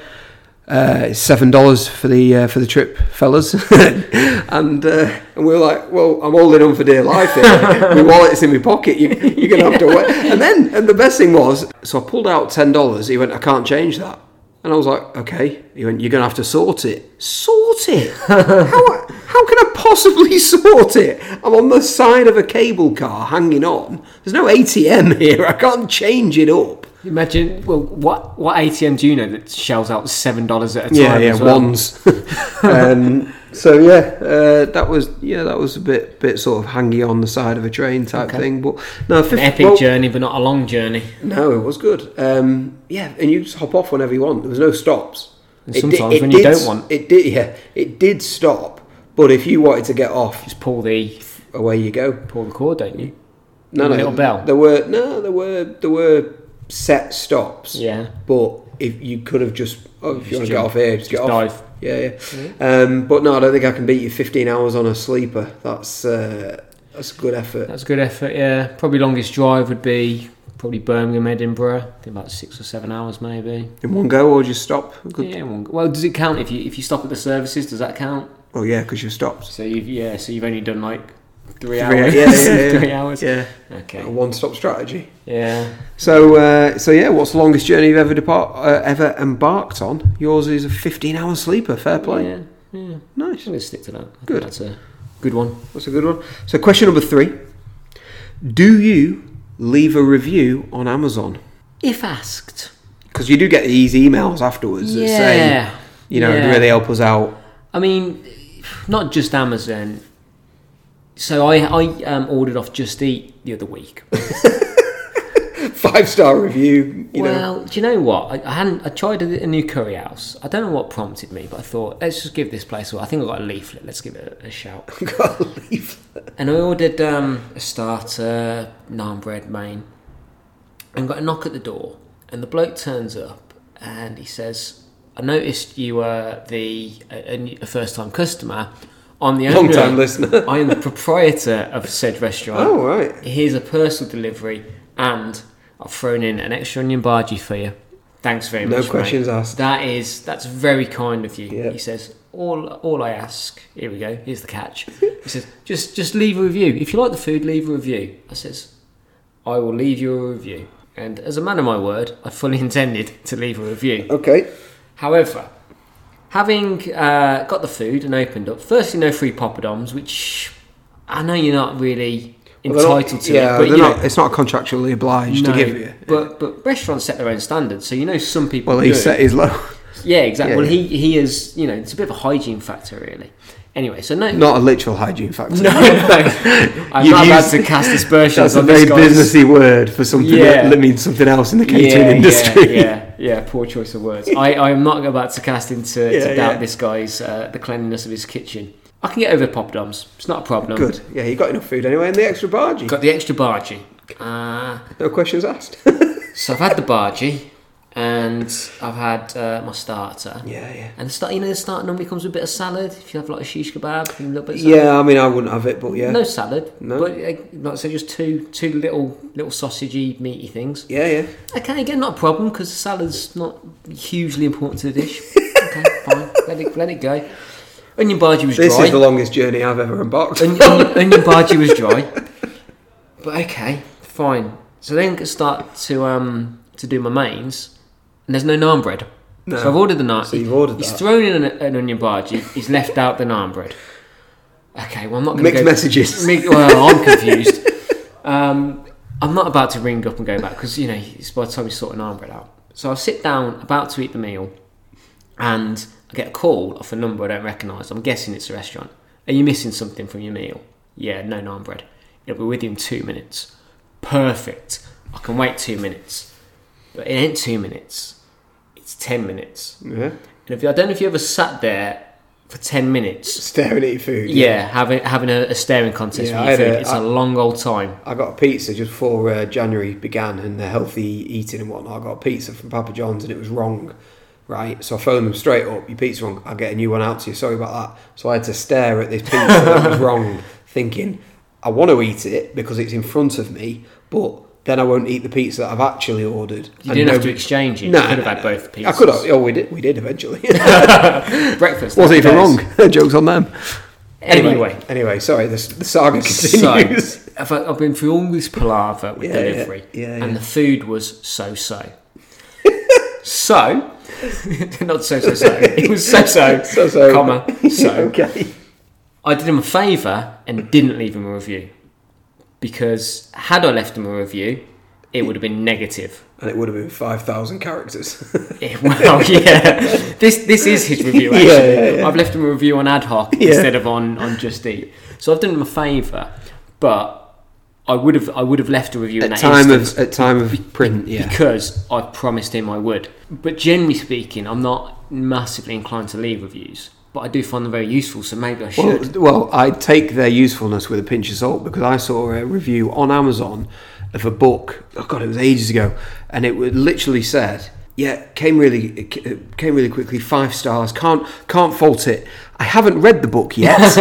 [SPEAKER 2] uh, it's seven dollars for the uh, for the trip, fellas, *laughs* and uh, and we were like, well, I'm holding on for dear life here. my wallet's in my pocket. You, you're gonna have to wait. And then and the best thing was, so I pulled out ten dollars. He went, I can't change that, and I was like, okay. He went, you're gonna have to sort it. Sort it? how how can I possibly *laughs* sort it? I'm on the side of a cable car, hanging on. There's no ATM here. I can't change it up.
[SPEAKER 1] Imagine, well, what what ATM do you know that shells out seven dollars at a time?
[SPEAKER 2] yeah, yeah,
[SPEAKER 1] as well? *laughs*
[SPEAKER 2] ones. *laughs* um, so yeah, uh, that was yeah, that was a bit bit sort of hangy on the side of a train type thing. But no, fif-
[SPEAKER 1] An epic
[SPEAKER 2] well,
[SPEAKER 1] journey, but not a long journey.
[SPEAKER 2] No, it was good. Um, yeah, and you just hop off whenever you want. There was no stops.
[SPEAKER 1] And
[SPEAKER 2] It di-
[SPEAKER 1] sometimes
[SPEAKER 2] it
[SPEAKER 1] when you
[SPEAKER 2] did
[SPEAKER 1] don't
[SPEAKER 2] s-
[SPEAKER 1] want-
[SPEAKER 2] it did. Yeah, it did stop. But if you wanted to get off,
[SPEAKER 1] Just pull the
[SPEAKER 2] away you go.
[SPEAKER 1] pull the cord, don't you?
[SPEAKER 2] No,
[SPEAKER 1] With a
[SPEAKER 2] no,
[SPEAKER 1] little bell.
[SPEAKER 2] There were no, there were there were set stops.
[SPEAKER 1] Yeah.
[SPEAKER 2] but if you could have just, oh, if you want to get
[SPEAKER 1] jump.
[SPEAKER 2] off here,
[SPEAKER 1] Just
[SPEAKER 2] just, get off.
[SPEAKER 1] dive.
[SPEAKER 2] Mm-hmm. Yeah, yeah. Um, but no, I don't think I can beat you 15 hours on a sleeper. That's uh, That's a good effort.
[SPEAKER 1] That's a good effort, yeah. Probably longest drive would be probably Birmingham, Edinburgh. I think about six or seven hours, maybe.
[SPEAKER 2] In one go, or just stop? Good.
[SPEAKER 1] Yeah. Well, well, does it count if you if you stop at the services? Does that count?
[SPEAKER 2] Oh yeah, because you've stopped.
[SPEAKER 1] So you've yeah. So you've only done like three,
[SPEAKER 2] Three-
[SPEAKER 1] hours. *laughs*
[SPEAKER 2] yeah, *laughs* yeah, yeah.
[SPEAKER 1] three hours.
[SPEAKER 2] Yeah, a
[SPEAKER 1] Okay.
[SPEAKER 2] one-stop strategy.
[SPEAKER 1] Yeah.
[SPEAKER 2] So, uh, so yeah, what's the longest journey you've ever depart, uh, ever embarked on? Yours is a 15-hour sleeper. Fair play.
[SPEAKER 1] Yeah. Yeah.
[SPEAKER 2] Nice.
[SPEAKER 1] I'm gonna stick to that. I think
[SPEAKER 2] Good.
[SPEAKER 1] That's a good one.
[SPEAKER 2] That's a good one. So, question number three: Do you leave a review on Amazon?
[SPEAKER 1] If asked.
[SPEAKER 2] Because you do get these emails afterwards that say, you know,
[SPEAKER 1] Yeah.
[SPEAKER 2] it really help us out.
[SPEAKER 1] I mean, not just Amazon. So I I um, ordered off Just Eat the other week.
[SPEAKER 2] Five star review, *laughs* you know.
[SPEAKER 1] well, do you know what? I, I hadn't. I tried a, a new curry house. I don't know what prompted me, but I thought let's just give this place. a- I think I got a leaflet. Let's give it a, a shout.
[SPEAKER 2] *laughs* Got a leaflet.
[SPEAKER 1] And I ordered um, a starter, naan bread, main, and got a knock at the door. And the bloke turns up and he says, "I noticed you were the a, a new- a first time customer. I'm the owner.
[SPEAKER 2] Long-time listener.
[SPEAKER 1] *laughs* I am the proprietor of said restaurant.
[SPEAKER 2] Oh right.
[SPEAKER 1] Here's a personal delivery, and I've thrown in an extra onion bhaji for you. Thanks very
[SPEAKER 2] No
[SPEAKER 1] much. mate."
[SPEAKER 2] questions asked.
[SPEAKER 1] That is that's very kind of you.
[SPEAKER 2] Yeah.
[SPEAKER 1] He says, all all I ask. Here we go. Here's the catch. he says, just just leave a review. If you like the food, leave a review. I says, I will leave you a review. And as a man of my word, I fully *laughs* intended to leave a review.
[SPEAKER 2] Okay.
[SPEAKER 1] However, having uh, got the food and opened up, firstly, no free poppadoms, which I know you're not really
[SPEAKER 2] Well, they're not-
[SPEAKER 1] entitled to.
[SPEAKER 2] yeah,
[SPEAKER 1] it, but
[SPEAKER 2] they're
[SPEAKER 1] you
[SPEAKER 2] not,
[SPEAKER 1] know,
[SPEAKER 2] it's not contractually obliged
[SPEAKER 1] no,
[SPEAKER 2] to give you.
[SPEAKER 1] But but restaurants set their own standards, so you know some people.
[SPEAKER 2] Well,
[SPEAKER 1] do.
[SPEAKER 2] he set his low. *laughs*
[SPEAKER 1] Yeah, exactly.
[SPEAKER 2] yeah,
[SPEAKER 1] well, he he is. You know, it's a bit of a hygiene factor, really. Anyway, so *laughs* no.
[SPEAKER 2] Not a literal hygiene factor.
[SPEAKER 1] no, no. I'm
[SPEAKER 2] You've
[SPEAKER 1] not allowed
[SPEAKER 2] used-
[SPEAKER 1] to cast aspersions
[SPEAKER 2] That's a
[SPEAKER 1] on this
[SPEAKER 2] very
[SPEAKER 1] guy's-
[SPEAKER 2] businessy word for something
[SPEAKER 1] Yeah.
[SPEAKER 2] that means something else in the catering industry.
[SPEAKER 1] Yeah, yeah, yeah, poor choice of words. I, I'm not about to cast into
[SPEAKER 2] *laughs* Yeah,
[SPEAKER 1] to doubt
[SPEAKER 2] yeah.
[SPEAKER 1] this guy's uh, the cleanliness of his kitchen. I can get over the pop doms. It's not a problem.
[SPEAKER 2] *laughs* Good. Yeah, you got enough food anyway, and the extra bargee.
[SPEAKER 1] Got the extra bargee. Uh,
[SPEAKER 2] No questions asked. *laughs*
[SPEAKER 1] so I've had the bargee, and I've had uh, my starter.
[SPEAKER 2] yeah, yeah.
[SPEAKER 1] And the start, you know, the starter normally comes with a bit of salad. If you have like a shish kebab, a little bit. Of salad.
[SPEAKER 2] Yeah, I mean, I wouldn't have it, but yeah.
[SPEAKER 1] No salad,
[SPEAKER 2] No.
[SPEAKER 1] but uh, like I said, just two two little little sausagey meaty things.
[SPEAKER 2] Yeah, yeah.
[SPEAKER 1] Okay, again, not a problem because the salad's not hugely important to the
[SPEAKER 2] *laughs*
[SPEAKER 1] dish. okay, fine, let it let it go. Onion bhaji was
[SPEAKER 2] This
[SPEAKER 1] dry.
[SPEAKER 2] is the longest journey I've ever embarked.
[SPEAKER 1] Onion, onion, onion bhaji was
[SPEAKER 2] *laughs*
[SPEAKER 1] dry. But okay, fine. So then I start to um to do my mains, and there's no naan bread.
[SPEAKER 2] No.
[SPEAKER 1] So I've ordered the naan.
[SPEAKER 2] So you've ordered
[SPEAKER 1] He's
[SPEAKER 2] that.
[SPEAKER 1] thrown in an, an onion bhaji. He's left out the naan bread. Okay, well I'm not going
[SPEAKER 2] Mixed
[SPEAKER 1] to go.
[SPEAKER 2] messages.
[SPEAKER 1] Me, well, I'm confused. Um, I'm not about to ring up and go back because you know it's by the time you sort an bread out. So I sit down, about to eat the meal, and I get a call off a number I don't recognise. I'm guessing it's a restaurant. Are you missing something from your meal? Yeah, no naan bread. It'll be with you in two minutes. Perfect. I can wait two minutes, but it ain't two minutes. It's ten minutes.
[SPEAKER 2] yeah.
[SPEAKER 1] And if you, I don't know if you ever sat there for ten minutes
[SPEAKER 2] Staring at your food.
[SPEAKER 1] yeah, having having a, a staring contest
[SPEAKER 2] Yeah, I
[SPEAKER 1] with
[SPEAKER 2] had
[SPEAKER 1] your food.
[SPEAKER 2] a-
[SPEAKER 1] it's
[SPEAKER 2] I-
[SPEAKER 1] a long old time.
[SPEAKER 2] I got a pizza just before uh, January began and the healthy eating and whatnot. I got a pizza from Papa John's and it was wrong, right? So I phoned them straight up. Your pizza wrong. I'll get a new one out to you. Sorry about that. So I had to stare at this pizza
[SPEAKER 1] *laughs*
[SPEAKER 2] that was wrong, thinking I want to eat it because it's in front of me, but then I won't eat the pizza that I've actually ordered.
[SPEAKER 1] You
[SPEAKER 2] And
[SPEAKER 1] didn't have to
[SPEAKER 2] nobody-
[SPEAKER 1] exchange it.
[SPEAKER 2] No,
[SPEAKER 1] you could have
[SPEAKER 2] no,
[SPEAKER 1] had both pizzas.
[SPEAKER 2] I could have. Oh, we did. We did
[SPEAKER 1] *laughs*
[SPEAKER 2] eventually. *laughs*
[SPEAKER 1] Breakfast
[SPEAKER 2] Wasn't even
[SPEAKER 1] upstairs.
[SPEAKER 2] wrong. *laughs* Jokes on them.
[SPEAKER 1] Anyway,
[SPEAKER 2] Anyway, sorry. The, the saga
[SPEAKER 1] *laughs* so
[SPEAKER 2] continues. *laughs*
[SPEAKER 1] I've, I've been through all this palaver with
[SPEAKER 2] Yeah, yeah,
[SPEAKER 1] delivery,
[SPEAKER 2] yeah, yeah.
[SPEAKER 1] and the food was so so. *laughs* so, *laughs* not so so so. It was so so.
[SPEAKER 2] So-so.
[SPEAKER 1] Comma
[SPEAKER 2] *laughs*
[SPEAKER 1] so.
[SPEAKER 2] okay.
[SPEAKER 1] I did him a favour and didn't leave him a review because had I left him a review, it would have been negative.
[SPEAKER 2] and it would have been 5,000 characters.
[SPEAKER 1] Yeah, *laughs* well, yeah. This this is his review.
[SPEAKER 2] *laughs* Yeah,
[SPEAKER 1] Actually,
[SPEAKER 2] yeah, yeah.
[SPEAKER 1] I've left him a review on ad hoc
[SPEAKER 2] Yeah.
[SPEAKER 1] instead of on, on Just Eat. So I've done him a favour, but I would have I would have left a review in
[SPEAKER 2] *laughs*
[SPEAKER 1] that
[SPEAKER 2] at time
[SPEAKER 1] instance
[SPEAKER 2] of at time of print, yeah.
[SPEAKER 1] because I promised him I would. But generally speaking, I'm not massively inclined to leave reviews, but I do find them very useful. So maybe I
[SPEAKER 2] Well,
[SPEAKER 1] should.
[SPEAKER 2] well, I take their usefulness with a pinch of salt because I saw a review on Amazon of a book. Oh god, it was ages ago, and it was literally said, "Yeah, came really it ca- it came really quickly, five *laughs* stars. Can't can't fault it. I haven't read the book yet,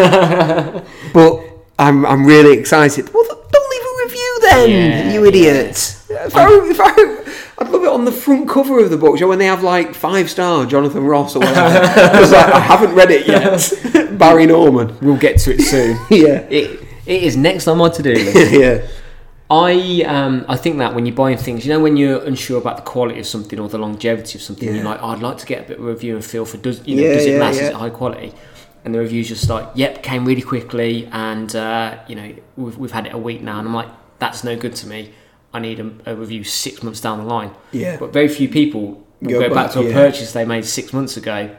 [SPEAKER 2] but." I'm, I'm really excited. Well, th- don't leave a review then,
[SPEAKER 1] Yeah,
[SPEAKER 2] you idiot. If I, if I, I'd love it on the front cover of the book, you know, when they have like five star Jonathan Ross or whatever. I was like, I haven't read it yet. Barry Norman.
[SPEAKER 1] We'll get to it soon.
[SPEAKER 2] *laughs* Yeah.
[SPEAKER 1] it, it is next on my to do list.
[SPEAKER 2] yeah.
[SPEAKER 1] I um, I think that when you're buying things, you know, when you're unsure about the quality of something or the longevity of something, you're
[SPEAKER 2] Yeah.
[SPEAKER 1] like, oh, I'd like to get a bit of a review and feel for does you know
[SPEAKER 2] Yeah,
[SPEAKER 1] does it
[SPEAKER 2] yeah,
[SPEAKER 1] matter?
[SPEAKER 2] yeah.
[SPEAKER 1] Is it high quality? And the reviews just like, yep, came really quickly, and uh, you know we've we've had it a week now, and I'm like, that's no good to me. I need a, a review six months down the line.
[SPEAKER 2] Yeah.
[SPEAKER 1] But very few people will
[SPEAKER 2] Go
[SPEAKER 1] go, back,
[SPEAKER 2] back,
[SPEAKER 1] to a
[SPEAKER 2] yeah.
[SPEAKER 1] purchase they made six months ago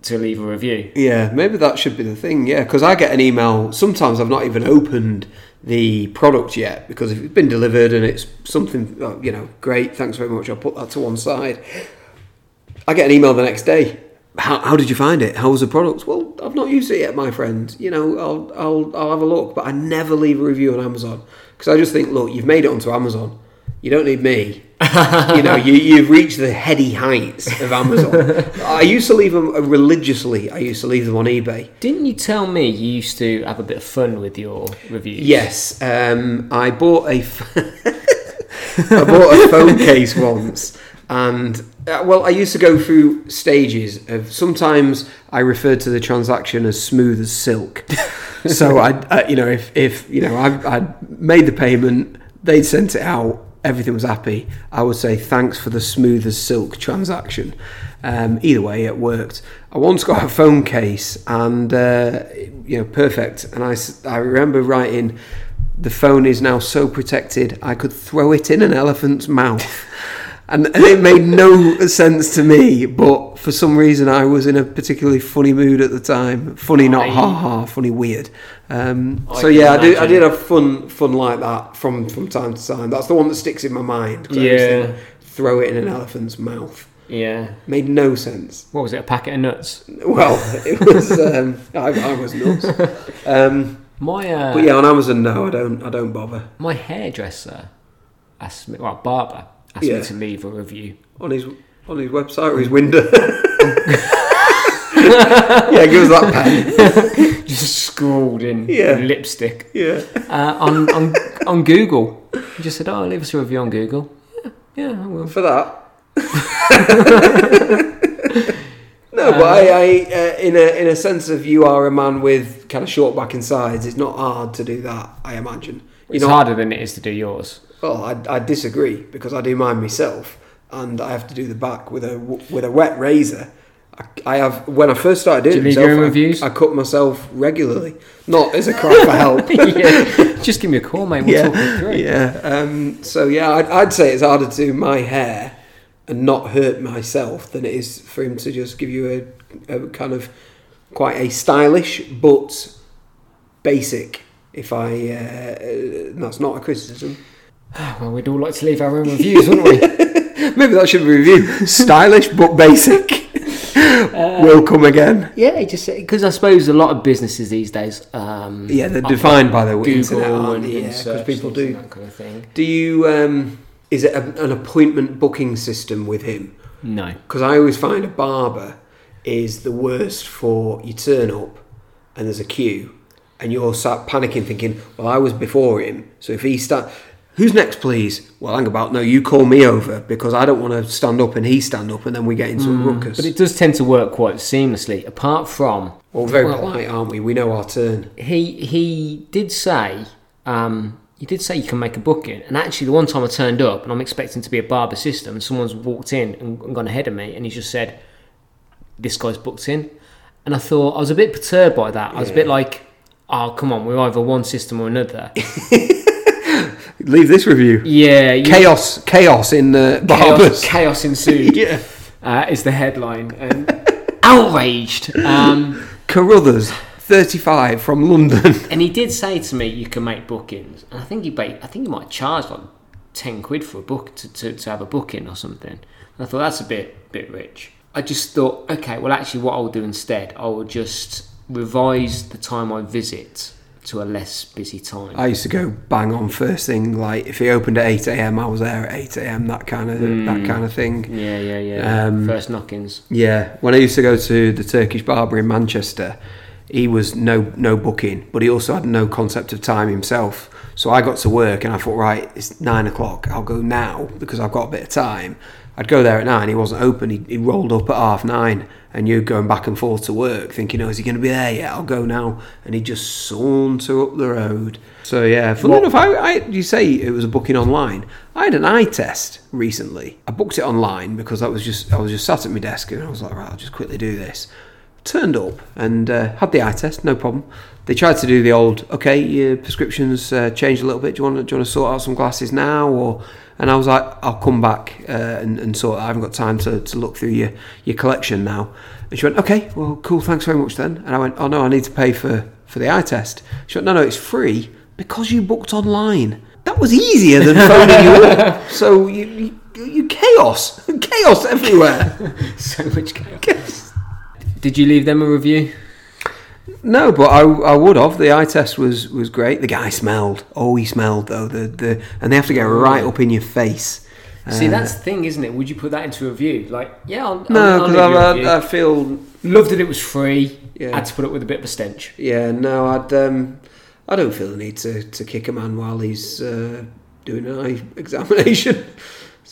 [SPEAKER 1] to leave a review.
[SPEAKER 2] Yeah, maybe that should be the thing. Yeah, because I get an email. Sometimes I've not even opened the product yet because if it's been delivered and it's something, oh, you know, great, thanks very much. I'll put that to one side. I get an email the next day. How, how did you find it? How was the product? Well, I've not used it yet, my friend. You know, I'll I'll I'll have a look, but I never leave a review on Amazon because I just think, look, you've made it onto Amazon. You don't need me. you know, you, you've reached the heady heights of Amazon. I used to leave them religiously. I used to leave them on eBay.
[SPEAKER 1] Didn't you tell me you used to have a bit of fun with your reviews?
[SPEAKER 2] Yes, um, I bought a f- *laughs* I bought a phone case once, and uh, well, I used to go through stages of. Sometimes I referred to the transaction as smooth as silk. so I, uh, you know, if if you know, I I made the payment, they'd sent it out. Everything was happy. I would say thanks for the smooth as silk transaction. Um, either way, it worked. I once got a phone case, and uh, you know, perfect. And I, s- I remember writing, the phone is now so protected I could throw it in an elephant's mouth. *laughs* And, and it made no sense to me, but for some reason I was in a particularly funny mood at the time. Funny, not
[SPEAKER 1] I-
[SPEAKER 2] ha ha, funny, weird. Um,
[SPEAKER 1] I
[SPEAKER 2] so
[SPEAKER 1] can
[SPEAKER 2] yeah, I did, I
[SPEAKER 1] imagine.
[SPEAKER 2] did have fun, fun like that from from time to time. That's the one that sticks in my mind. 'cause I used to
[SPEAKER 1] Yeah.
[SPEAKER 2] throw it in an elephant's mouth.
[SPEAKER 1] Yeah.
[SPEAKER 2] Made no sense.
[SPEAKER 1] What was it? A packet of nuts.
[SPEAKER 2] Well, *laughs* it was. Um, I, I was nuts. Um,
[SPEAKER 1] My uh,
[SPEAKER 2] but yeah, on Amazon, no, I don't. I don't bother
[SPEAKER 1] my hairdresser asked me, well, barber asked
[SPEAKER 2] Yeah.
[SPEAKER 1] me to leave a review. *laughs*
[SPEAKER 2] on his on his website or his window. *laughs* yeah, give us that pen. *laughs*
[SPEAKER 1] Just scrawled in
[SPEAKER 2] Yeah.
[SPEAKER 1] lipstick
[SPEAKER 2] Yeah,
[SPEAKER 1] uh, on on on Google. He just said, "Oh, leave us a review on Google." Yeah, yeah, I will.
[SPEAKER 2] for that. *laughs* no, but
[SPEAKER 1] Um,
[SPEAKER 2] I, I uh, in a in a sense of you are a man with kind of short back and sides. It's not hard to do that, I imagine. You
[SPEAKER 1] It's
[SPEAKER 2] know,
[SPEAKER 1] harder than it is to do yours. *laughs*
[SPEAKER 2] well, I, I disagree because I do mine myself, and I have to do the back with a with a wet razor. I, I have when I first started doing
[SPEAKER 1] Do you leave
[SPEAKER 2] it
[SPEAKER 1] your
[SPEAKER 2] myself,
[SPEAKER 1] own
[SPEAKER 2] I-
[SPEAKER 1] reviews?
[SPEAKER 2] I cut myself regularly, not as a cry for help.
[SPEAKER 1] *laughs* yeah. Just give me a call, mate. We'll talk it
[SPEAKER 2] *laughs* yeah,
[SPEAKER 1] through.
[SPEAKER 2] yeah. Um, so yeah, I'd, I'd say it's harder to do my hair and not hurt myself than it is for him to just give you a, a kind of quite a stylish but basic. If I, uh, uh, that's not a criticism.
[SPEAKER 1] Ah, Well, we'd all like to leave our own reviews, wouldn't we?
[SPEAKER 2] Maybe that should be *laughs* reviewed. stylish but *laughs* basic. Will come again.
[SPEAKER 1] *laughs* Yeah, it just because I suppose a lot of businesses these days, um,
[SPEAKER 2] Yeah, they're
[SPEAKER 1] are
[SPEAKER 2] defined by their
[SPEAKER 1] Google
[SPEAKER 2] internet, aren't
[SPEAKER 1] and,
[SPEAKER 2] they? Yeah,
[SPEAKER 1] and
[SPEAKER 2] 'cause
[SPEAKER 1] search
[SPEAKER 2] people
[SPEAKER 1] things and
[SPEAKER 2] do.
[SPEAKER 1] that kind of thing.
[SPEAKER 2] Do you? Um, is it a, an appointment booking system with him?
[SPEAKER 1] No,
[SPEAKER 2] Because I always find a barber is the worst for you turn up and there's a queue and you're sat panicking thinking, well, I was before him. So if he start, who's next, please? Well, hang about. No, you call me over because I don't want to stand up and he stand up and then we get into a ruckus.
[SPEAKER 1] Hmm, but it does tend to work quite seamlessly. Apart from
[SPEAKER 2] well, we're very
[SPEAKER 1] well-
[SPEAKER 2] polite, aren't we? We know our turn.
[SPEAKER 1] he he did say um, he did say you can make a booking and actually the one time i turned up and i'm expecting to be a barber system and someone's walked in and, and gone ahead of me and he's just said this guy's booked in and i thought i was a bit perturbed by that i was a bit like oh come on we're either one system or another *laughs*
[SPEAKER 2] Leave this review.
[SPEAKER 1] yeah you-
[SPEAKER 2] Chaos, chaos in the
[SPEAKER 1] chaos, *laughs*
[SPEAKER 2] barbers.
[SPEAKER 1] chaos ensued
[SPEAKER 2] *laughs* Yeah.
[SPEAKER 1] uh, is the headline and *laughs* outraged um,
[SPEAKER 2] Carruthers, 35 from London.
[SPEAKER 1] And he did say to me, "You can make bookings," and I think he ba- I think he might charge like ten quid for a book to, to, to have a booking or something. And I thought that's a bit bit rich. I just thought, okay, well, actually, what I'll do instead, I will just revise the time I visit to a less busy time.
[SPEAKER 2] I used to go bang on first thing. Like if he opened at eight a.m., I was there at eight a.m. That kind of that kind of thing.
[SPEAKER 1] yeah, yeah, yeah.
[SPEAKER 2] Um,
[SPEAKER 1] First knockings. *laughs*
[SPEAKER 2] Yeah, when I used to go to the Turkish barber in Manchester, he was no no booking, but he also had no concept of time himself. So I got to work and I thought, right, it's nine o'clock. I'll go now because I've got a bit of time. I'd go there at nine. He wasn't open. He, he rolled up at half nine, and you're going back and forth to work, thinking, oh, is he going to be there? Yeah, I'll go now. And he just saunter up the road. So yeah, funnily enough, I, I you say it was a booking online. I had an eye test recently. I booked it online because I was just I was just sat at my desk and I was like, right, I'll just quickly do this turned up and uh, had the eye test, no problem. They tried to do the old, okay, your prescriptions uh, changed a little bit. Do you want to, do you want to sort out some glasses now, or? And I was like, I'll come back uh, and, and sort. It. I haven't got time to, to look through your your collection now. And she went, okay, well, cool, thanks very much then. And I went, oh no, I need to pay for for the eye test. She went, no, no, it's free because you booked online. That was easier than phoning you up. So you, you, you chaos, *laughs* chaos everywhere. *laughs*
[SPEAKER 1] so much chaos. Did you leave them a review?
[SPEAKER 2] No, but I, I would have. The eye test was, was great. The guy smelled. Oh, he smelled though. The the and they have to get right up in your face.
[SPEAKER 1] Oh,
[SPEAKER 2] Uh, Um,
[SPEAKER 1] See, that's the thing, isn't it? Would you put that into a review? Like, yeah, I'll, I'll,
[SPEAKER 2] No,
[SPEAKER 1] I'll leave you a
[SPEAKER 2] because
[SPEAKER 1] review.
[SPEAKER 2] I, I feel
[SPEAKER 1] Loved that it was free.
[SPEAKER 2] uh, Yeah.
[SPEAKER 1] Had to put up with a bit of a stench.
[SPEAKER 2] yeah. No, I'd um, I don't feel the need to, to kick a man while he's uh, doing an eye *laughs* examination. *laughs*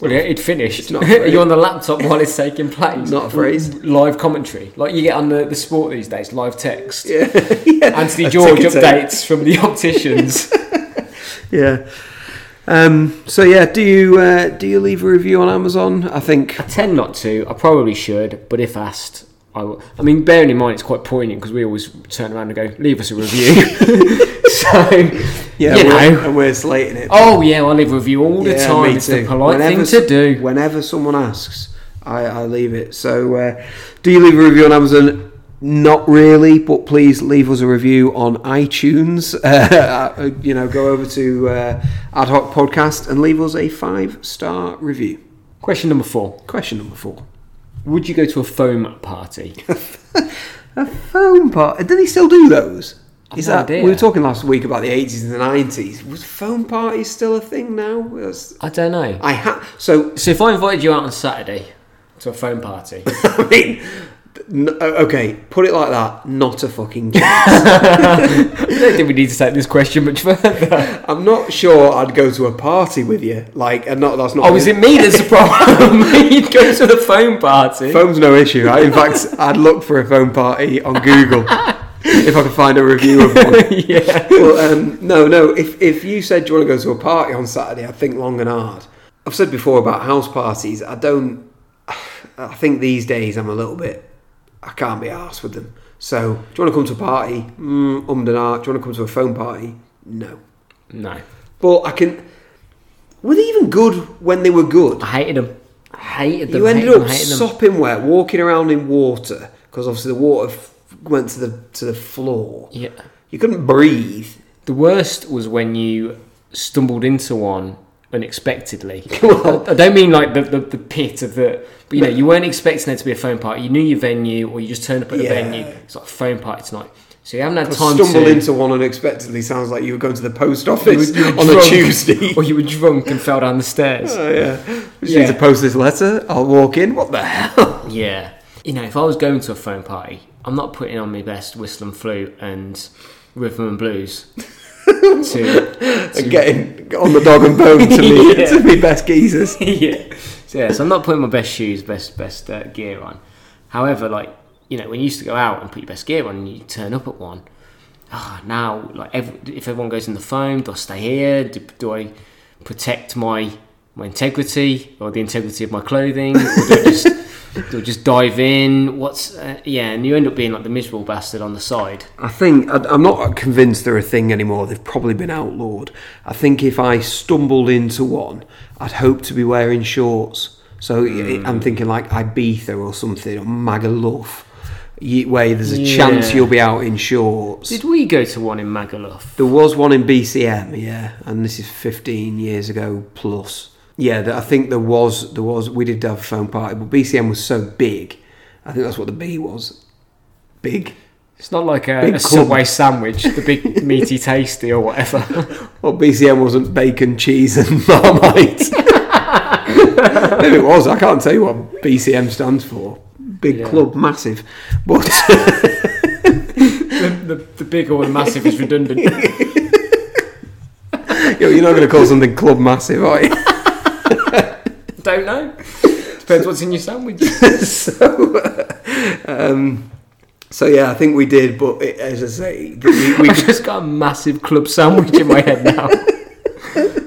[SPEAKER 1] Well, it, it finished.
[SPEAKER 2] It's not
[SPEAKER 1] *laughs*
[SPEAKER 2] free.
[SPEAKER 1] You're on the laptop while it's taking place. Mm,
[SPEAKER 2] Not phrased.
[SPEAKER 1] Live commentary, like you get on the, the sport these days. Live text.
[SPEAKER 2] yeah,
[SPEAKER 1] *laughs*
[SPEAKER 2] yeah.
[SPEAKER 1] Anthony
[SPEAKER 2] *laughs* A
[SPEAKER 1] George
[SPEAKER 2] ticker tape.
[SPEAKER 1] updates from the
[SPEAKER 2] *laughs*
[SPEAKER 1] opticians.
[SPEAKER 2] yeah. Um, so yeah, do you uh, do you leave a review on Amazon? I think
[SPEAKER 1] I tend not to. I probably should, but if asked, I will. I mean, bearing in mind it's quite poignant because we always turn around and go, "Leave us a review." *laughs* so,
[SPEAKER 2] yeah,
[SPEAKER 1] you
[SPEAKER 2] we're,
[SPEAKER 1] know.
[SPEAKER 2] and we're slating it.
[SPEAKER 1] Oh yeah, I leave a review all the
[SPEAKER 2] Yeah,
[SPEAKER 1] time.
[SPEAKER 2] me
[SPEAKER 1] It's the
[SPEAKER 2] too.
[SPEAKER 1] polite
[SPEAKER 2] Whenever
[SPEAKER 1] thing
[SPEAKER 2] s-
[SPEAKER 1] to do.
[SPEAKER 2] Whenever someone asks, I, I leave it. So, uh, do you leave a review on Amazon? Not really, but please leave us a review on iTunes. *laughs* Uh, you know, go over to uh, Ad Hoc Podcast and leave us a five star review.
[SPEAKER 1] Question number four:
[SPEAKER 2] Question number four.
[SPEAKER 1] Would you go to a foam party?
[SPEAKER 2] A foam party. Do they still do those? Is
[SPEAKER 1] no
[SPEAKER 2] that
[SPEAKER 1] idea.
[SPEAKER 2] we were talking last week about the eighties and the nineties? Was foam parties still a thing now? That's-
[SPEAKER 1] *laughs* I don't know.
[SPEAKER 2] I ha- so
[SPEAKER 1] So if I invited you out on Saturday to a phone
[SPEAKER 2] *laughs*
[SPEAKER 1] party,
[SPEAKER 2] I mean, n- uh, okay, put it like that. Not a fucking chance.
[SPEAKER 1] I don't think we need to take this question much further.
[SPEAKER 2] I'm not sure I'd go to a party with you. Like, and not that's not.
[SPEAKER 1] Oh, is it me that's the
[SPEAKER 2] *laughs*
[SPEAKER 1] problem? *laughs* You'd go to the phone party.
[SPEAKER 2] Phone's no issue. Right? In fact, I'd look for a phone party on Google if I could find a review of one.
[SPEAKER 1] yeah.
[SPEAKER 2] well, um, no, no. If if you said you want to go to a party on Saturday, I'd think long and hard. I've said before about house parties. I don't. I think these days I'm a little bit. I can't be arsed with them. So, do you want to come to a party? Mm, um, dunno. Do you want to come to a phone party? No.
[SPEAKER 1] No,
[SPEAKER 2] But I can. Were they even good when they were good?
[SPEAKER 1] I hated them. I hated them.
[SPEAKER 2] You ended
[SPEAKER 1] hated them,
[SPEAKER 2] up
[SPEAKER 1] hated them.
[SPEAKER 2] sopping wet, walking around in water because obviously the water f- went to the to the floor.
[SPEAKER 1] Yeah.
[SPEAKER 2] You couldn't breathe.
[SPEAKER 1] The worst was when you stumbled into one unexpectedly.
[SPEAKER 2] *laughs*
[SPEAKER 1] I I don't mean like the, the, the pit of the. But you know, you weren't expecting there to be a phone party. You knew your venue, or you just turned up at a
[SPEAKER 2] Yeah.
[SPEAKER 1] venue. It's like phone party tonight. So you haven't had time
[SPEAKER 2] Stumble
[SPEAKER 1] to
[SPEAKER 2] into one unexpectedly sounds like you were going to the post office
[SPEAKER 1] You were- you were
[SPEAKER 2] *laughs* on a
[SPEAKER 1] drunk.
[SPEAKER 2] Tuesday.
[SPEAKER 1] *laughs* or you were drunk and fell down the
[SPEAKER 2] *laughs*
[SPEAKER 1] stairs.
[SPEAKER 2] oh, yeah. Just
[SPEAKER 1] Yeah.
[SPEAKER 2] need to post this letter. I'll walk in. What the hell?
[SPEAKER 1] Yeah. You know, if I was going to a phone party, I'm not putting on my best whistle and flute and rhythm and
[SPEAKER 2] *laughs*
[SPEAKER 1] blues to, to
[SPEAKER 2] And *laughs* getting on the dog and
[SPEAKER 1] *laughs*
[SPEAKER 2] bone to me
[SPEAKER 1] Yeah.
[SPEAKER 2] to be best geezers.
[SPEAKER 1] *laughs* yeah. So, yeah, so I'm not putting my best shoes, best best uh, gear on. However, like you know, when you used to go out and put your best gear on, and you turn up at one. Ah, now like ev if everyone goes in the phone, do I stay here? Do, do I protect my my integrity or the integrity of my clothing? Or do I just *laughs* do I just dive in? What's uh, yeah? And you end up being like the miserable bastard on the side.
[SPEAKER 2] I think I- I'm not convinced they're a thing anymore. They've probably been outlawed. I think if I stumbled into one, I'd hope to be wearing shorts. So
[SPEAKER 1] Hmm.
[SPEAKER 2] i I'm thinking like Ibiza or something or Magaluf, y- where there's a chance
[SPEAKER 1] Yeah.
[SPEAKER 2] you'll be out in shorts.
[SPEAKER 1] Did we go to one in Magaluf?
[SPEAKER 2] There was one in BCM, yeah, and this is 15 years ago plus. Yeah, th- I think there was there was we did have a phone party, but BCM was so big. I think that's what the B was. Big
[SPEAKER 1] It's not like a,
[SPEAKER 2] Big
[SPEAKER 1] a
[SPEAKER 2] club.
[SPEAKER 1] Subway sandwich, the big meaty tasty or whatever.
[SPEAKER 2] Well, BCM wasn't bacon, cheese, and *laughs* marmite. Maybe it was. I can't tell you what BCM stands for. Big
[SPEAKER 1] Yeah.
[SPEAKER 2] club, massive. But
[SPEAKER 1] the the, the big or the massive is redundant.
[SPEAKER 2] *laughs* Yo, *laughs* you're not going to call something club massive, are you? *laughs*
[SPEAKER 1] Don't know. Depends what's in your
[SPEAKER 2] *laughs*
[SPEAKER 1] sandwich.
[SPEAKER 2] so, uh, um, so yeah, I think we did, but it, as I say, we, we
[SPEAKER 1] I've *laughs* just got a massive club sandwich in my head
[SPEAKER 2] *laughs*
[SPEAKER 1] now.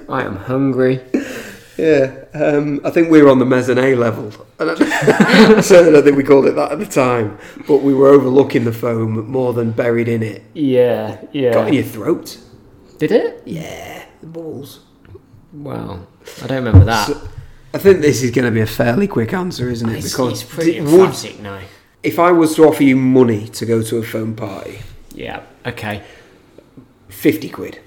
[SPEAKER 1] I am hungry.
[SPEAKER 2] Yeah, um, I think we were on the mezzanine level. I don't- *laughs* I certainly don't think we called it that at the time, but we were overlooking the foam more than buried in it.
[SPEAKER 1] Yeah,
[SPEAKER 2] Got in
[SPEAKER 1] yeah.
[SPEAKER 2] your throat?
[SPEAKER 1] Did it?
[SPEAKER 2] Yeah, the balls.
[SPEAKER 1] Wow. I don't remember that.
[SPEAKER 2] So- I think this is going to be a fairly quick answer, isn't it?
[SPEAKER 1] it's,
[SPEAKER 2] Because
[SPEAKER 1] it's pretty
[SPEAKER 2] it would,
[SPEAKER 1] emphatic now.
[SPEAKER 2] if I was to offer you money to go to a foam party,
[SPEAKER 1] Yeah, okay.
[SPEAKER 2] fifty quid.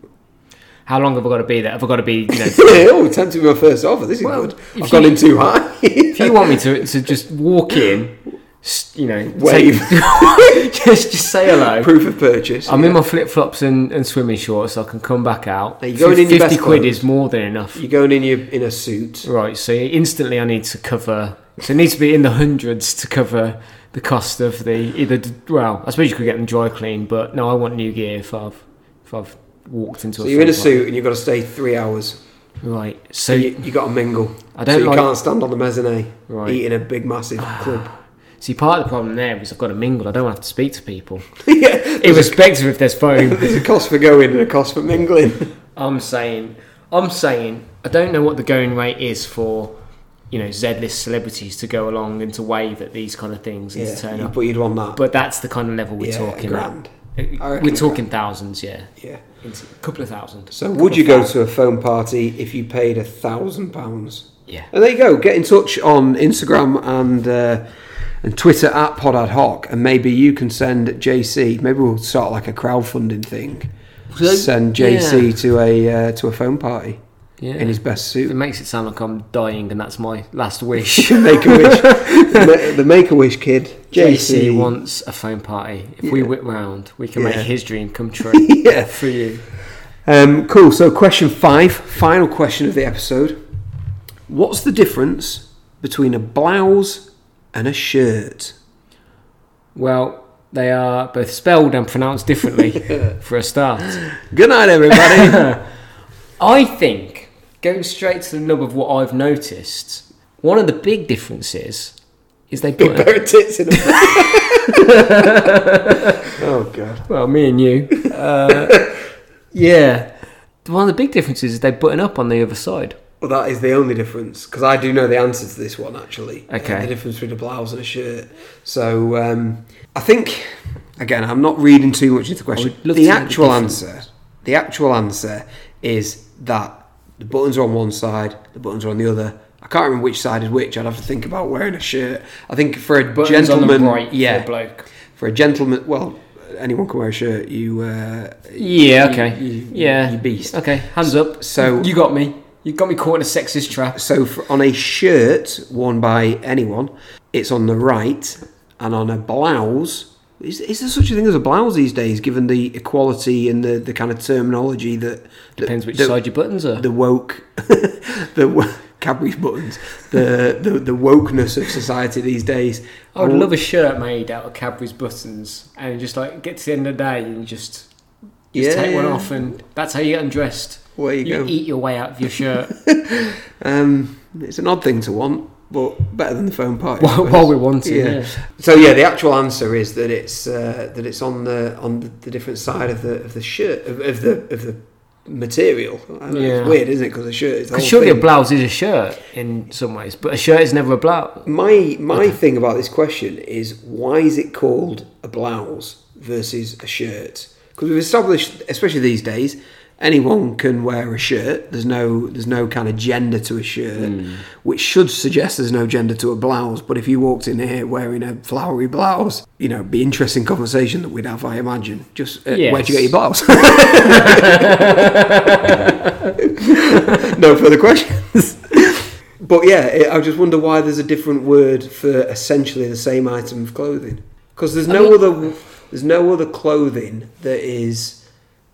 [SPEAKER 2] *laughs*
[SPEAKER 1] How long have I got to be there? Have I got to be, you know,
[SPEAKER 2] oh, tempted my first offer. This is
[SPEAKER 1] Well,
[SPEAKER 2] good.
[SPEAKER 1] if
[SPEAKER 2] I've gone
[SPEAKER 1] you-
[SPEAKER 2] in too high. *laughs*
[SPEAKER 1] if you want me to, to just walk in, s- you know,
[SPEAKER 2] Wave. *laughs*
[SPEAKER 1] take- *laughs* Um, just, just say hello.
[SPEAKER 2] Proof of purchase.
[SPEAKER 1] I'm in my flip flops and, and swimming shorts, so I can come back out.
[SPEAKER 2] Now, you're going in your best
[SPEAKER 1] quid
[SPEAKER 2] clothes.
[SPEAKER 1] is more than enough.
[SPEAKER 2] You're going in your in a suit.
[SPEAKER 1] Right, so instantly I need to cover. So it needs to be in the hundreds to cover the cost of the either. Well, I suppose you could get them dry cleaned, but no, I want new gear if I've if I've walked into.
[SPEAKER 2] So
[SPEAKER 1] a
[SPEAKER 2] you're in a
[SPEAKER 1] food party.
[SPEAKER 2] suit and you've got to stay three hours.
[SPEAKER 1] Right, so
[SPEAKER 2] So you, you got to mingle.
[SPEAKER 1] I don't
[SPEAKER 2] so you
[SPEAKER 1] like-
[SPEAKER 2] can't stand on the mezzanine
[SPEAKER 1] Right. Ah.
[SPEAKER 2] eating a big massive club.
[SPEAKER 1] see part of the problem there is I've got to mingle. I don't have to speak to people,
[SPEAKER 2] *laughs* yeah,
[SPEAKER 1] irrespective if there's phone.
[SPEAKER 2] there's a cost for going and a cost for mingling.
[SPEAKER 1] I'm saying, I'm saying, I don't know what the going rate is for, you know, Z-list celebrities to go along and to wave at these kind of things and
[SPEAKER 2] Yeah,
[SPEAKER 1] to turn
[SPEAKER 2] *laughs* you,
[SPEAKER 1] up.
[SPEAKER 2] but you'd want that.
[SPEAKER 1] But that's the kind of level we're
[SPEAKER 2] yeah, a
[SPEAKER 1] talking. at.
[SPEAKER 2] grand. I reckon
[SPEAKER 1] We're talking thousands, yeah,
[SPEAKER 2] Yeah.
[SPEAKER 1] It's a couple of thousand.
[SPEAKER 2] So would you go to a phone party if you paid a thousand pounds?
[SPEAKER 1] Yeah.
[SPEAKER 2] And there you go. Get in touch on Instagram and uh, and Twitter at Pod Ad Hoc, and maybe you can send JC. Maybe we'll start like a crowdfunding thing.
[SPEAKER 1] So-
[SPEAKER 2] send JC to a uh, to a phone party
[SPEAKER 1] Yeah.
[SPEAKER 2] in his best suit.
[SPEAKER 1] *laughs* it makes it sound like I'm dying, and that's my *laughs* last wish.
[SPEAKER 2] Make a *laughs* wish. the, the Make a Wish kid,
[SPEAKER 1] JC
[SPEAKER 2] JC.
[SPEAKER 1] wants a phone party. If we whip round, we can
[SPEAKER 2] Yeah.
[SPEAKER 1] make his dream
[SPEAKER 2] *laughs*
[SPEAKER 1] come true.
[SPEAKER 2] *laughs* Yeah.
[SPEAKER 1] for you.
[SPEAKER 2] Um, cool. So, question five, final question of the episode. What's the difference between a blouse and a shirt?
[SPEAKER 1] Well, they are both spelled and pronounced
[SPEAKER 2] *laughs*
[SPEAKER 1] differently for a start.
[SPEAKER 2] Good night, *laughs* everybody.
[SPEAKER 1] I think, going straight to the nub of what I've noticed, one of the big differences is they put. A,
[SPEAKER 2] Bare tits in a- *laughs* oh god.
[SPEAKER 1] well, me and *laughs* you. Uh, yeah. One of the big differences is they button up on the other side.
[SPEAKER 2] Well, that is the only difference because I do know the answer to this one actually.
[SPEAKER 1] Okay.
[SPEAKER 2] The difference between a blouse and a shirt. So, um, I think again, I'm not reading too much into the question.
[SPEAKER 1] would love to
[SPEAKER 2] The
[SPEAKER 1] know the
[SPEAKER 2] actual
[SPEAKER 1] difference.
[SPEAKER 2] answer, the actual answer is that the buttons are on one side, the buttons are on the other. I can't remember which side is which. I'd have to think about wearing a shirt. I think for a
[SPEAKER 1] Buttons on
[SPEAKER 2] gentleman,
[SPEAKER 1] the right
[SPEAKER 2] yeah,
[SPEAKER 1] for a bloke.
[SPEAKER 2] for a gentleman, well, anyone can wear a shirt. You, uh,
[SPEAKER 1] Yeah,
[SPEAKER 2] you-
[SPEAKER 1] okay.
[SPEAKER 2] you-
[SPEAKER 1] yeah.
[SPEAKER 2] you beast.
[SPEAKER 1] Okay, hands up.
[SPEAKER 2] So-
[SPEAKER 1] You got me. You got me caught in a sexist trap.
[SPEAKER 2] So for, on a shirt worn by anyone, it's on the right, and on a blouse. Is, is there such a thing as a blouse these days, given the equality and the, the kind of terminology that that-
[SPEAKER 1] Depends which
[SPEAKER 2] that-
[SPEAKER 1] side your buttons are.
[SPEAKER 2] the woke, *laughs* the wo- Cadbury's buttons, the, the the wokeness of society these days. Oh,
[SPEAKER 1] I would love a shirt made out of Cadbury's buttons and just like get to the end of the day and just, just
[SPEAKER 2] Yeah,
[SPEAKER 1] take one
[SPEAKER 2] yeah.
[SPEAKER 1] off and that's how you get undressed.
[SPEAKER 2] Where you,
[SPEAKER 1] You
[SPEAKER 2] go?
[SPEAKER 1] eat your way out of your *laughs* shirt.
[SPEAKER 2] Um, it's an odd thing to want, but better than the phone party. I
[SPEAKER 1] while,
[SPEAKER 2] suppose.
[SPEAKER 1] while we're wanting.
[SPEAKER 2] Yeah.
[SPEAKER 1] Yeah.
[SPEAKER 2] So yeah, the actual answer is that it's uh, that it's on the on the, the different side of the of the shirt of, of the of the material. I don't know,
[SPEAKER 1] Yeah.
[SPEAKER 2] It's weird, isn't it? Because a shirt is the whole
[SPEAKER 1] Because surely a
[SPEAKER 2] thing.
[SPEAKER 1] blouse is a shirt in some ways, but a shirt is never a *laughs* blouse.
[SPEAKER 2] my my thing about this question is why is it called a blouse versus a shirt? Because we've established, especially these days, anyone can wear a shirt. There's no there's no kind of gender to a shirt, which should suggest there's no gender to a blouse. But if you walked in here wearing a flowery blouse, you know, it'd be interesting conversation that we'd have, I imagine. Just uh, where'd you get
[SPEAKER 1] Yes.
[SPEAKER 2] your blouse? *laughs* *laughs* no further questions. *laughs* But yeah, it, I just wonder why there's a different word for essentially the same item of clothing. Because there's no
[SPEAKER 1] mean-
[SPEAKER 2] other there's no other clothing that is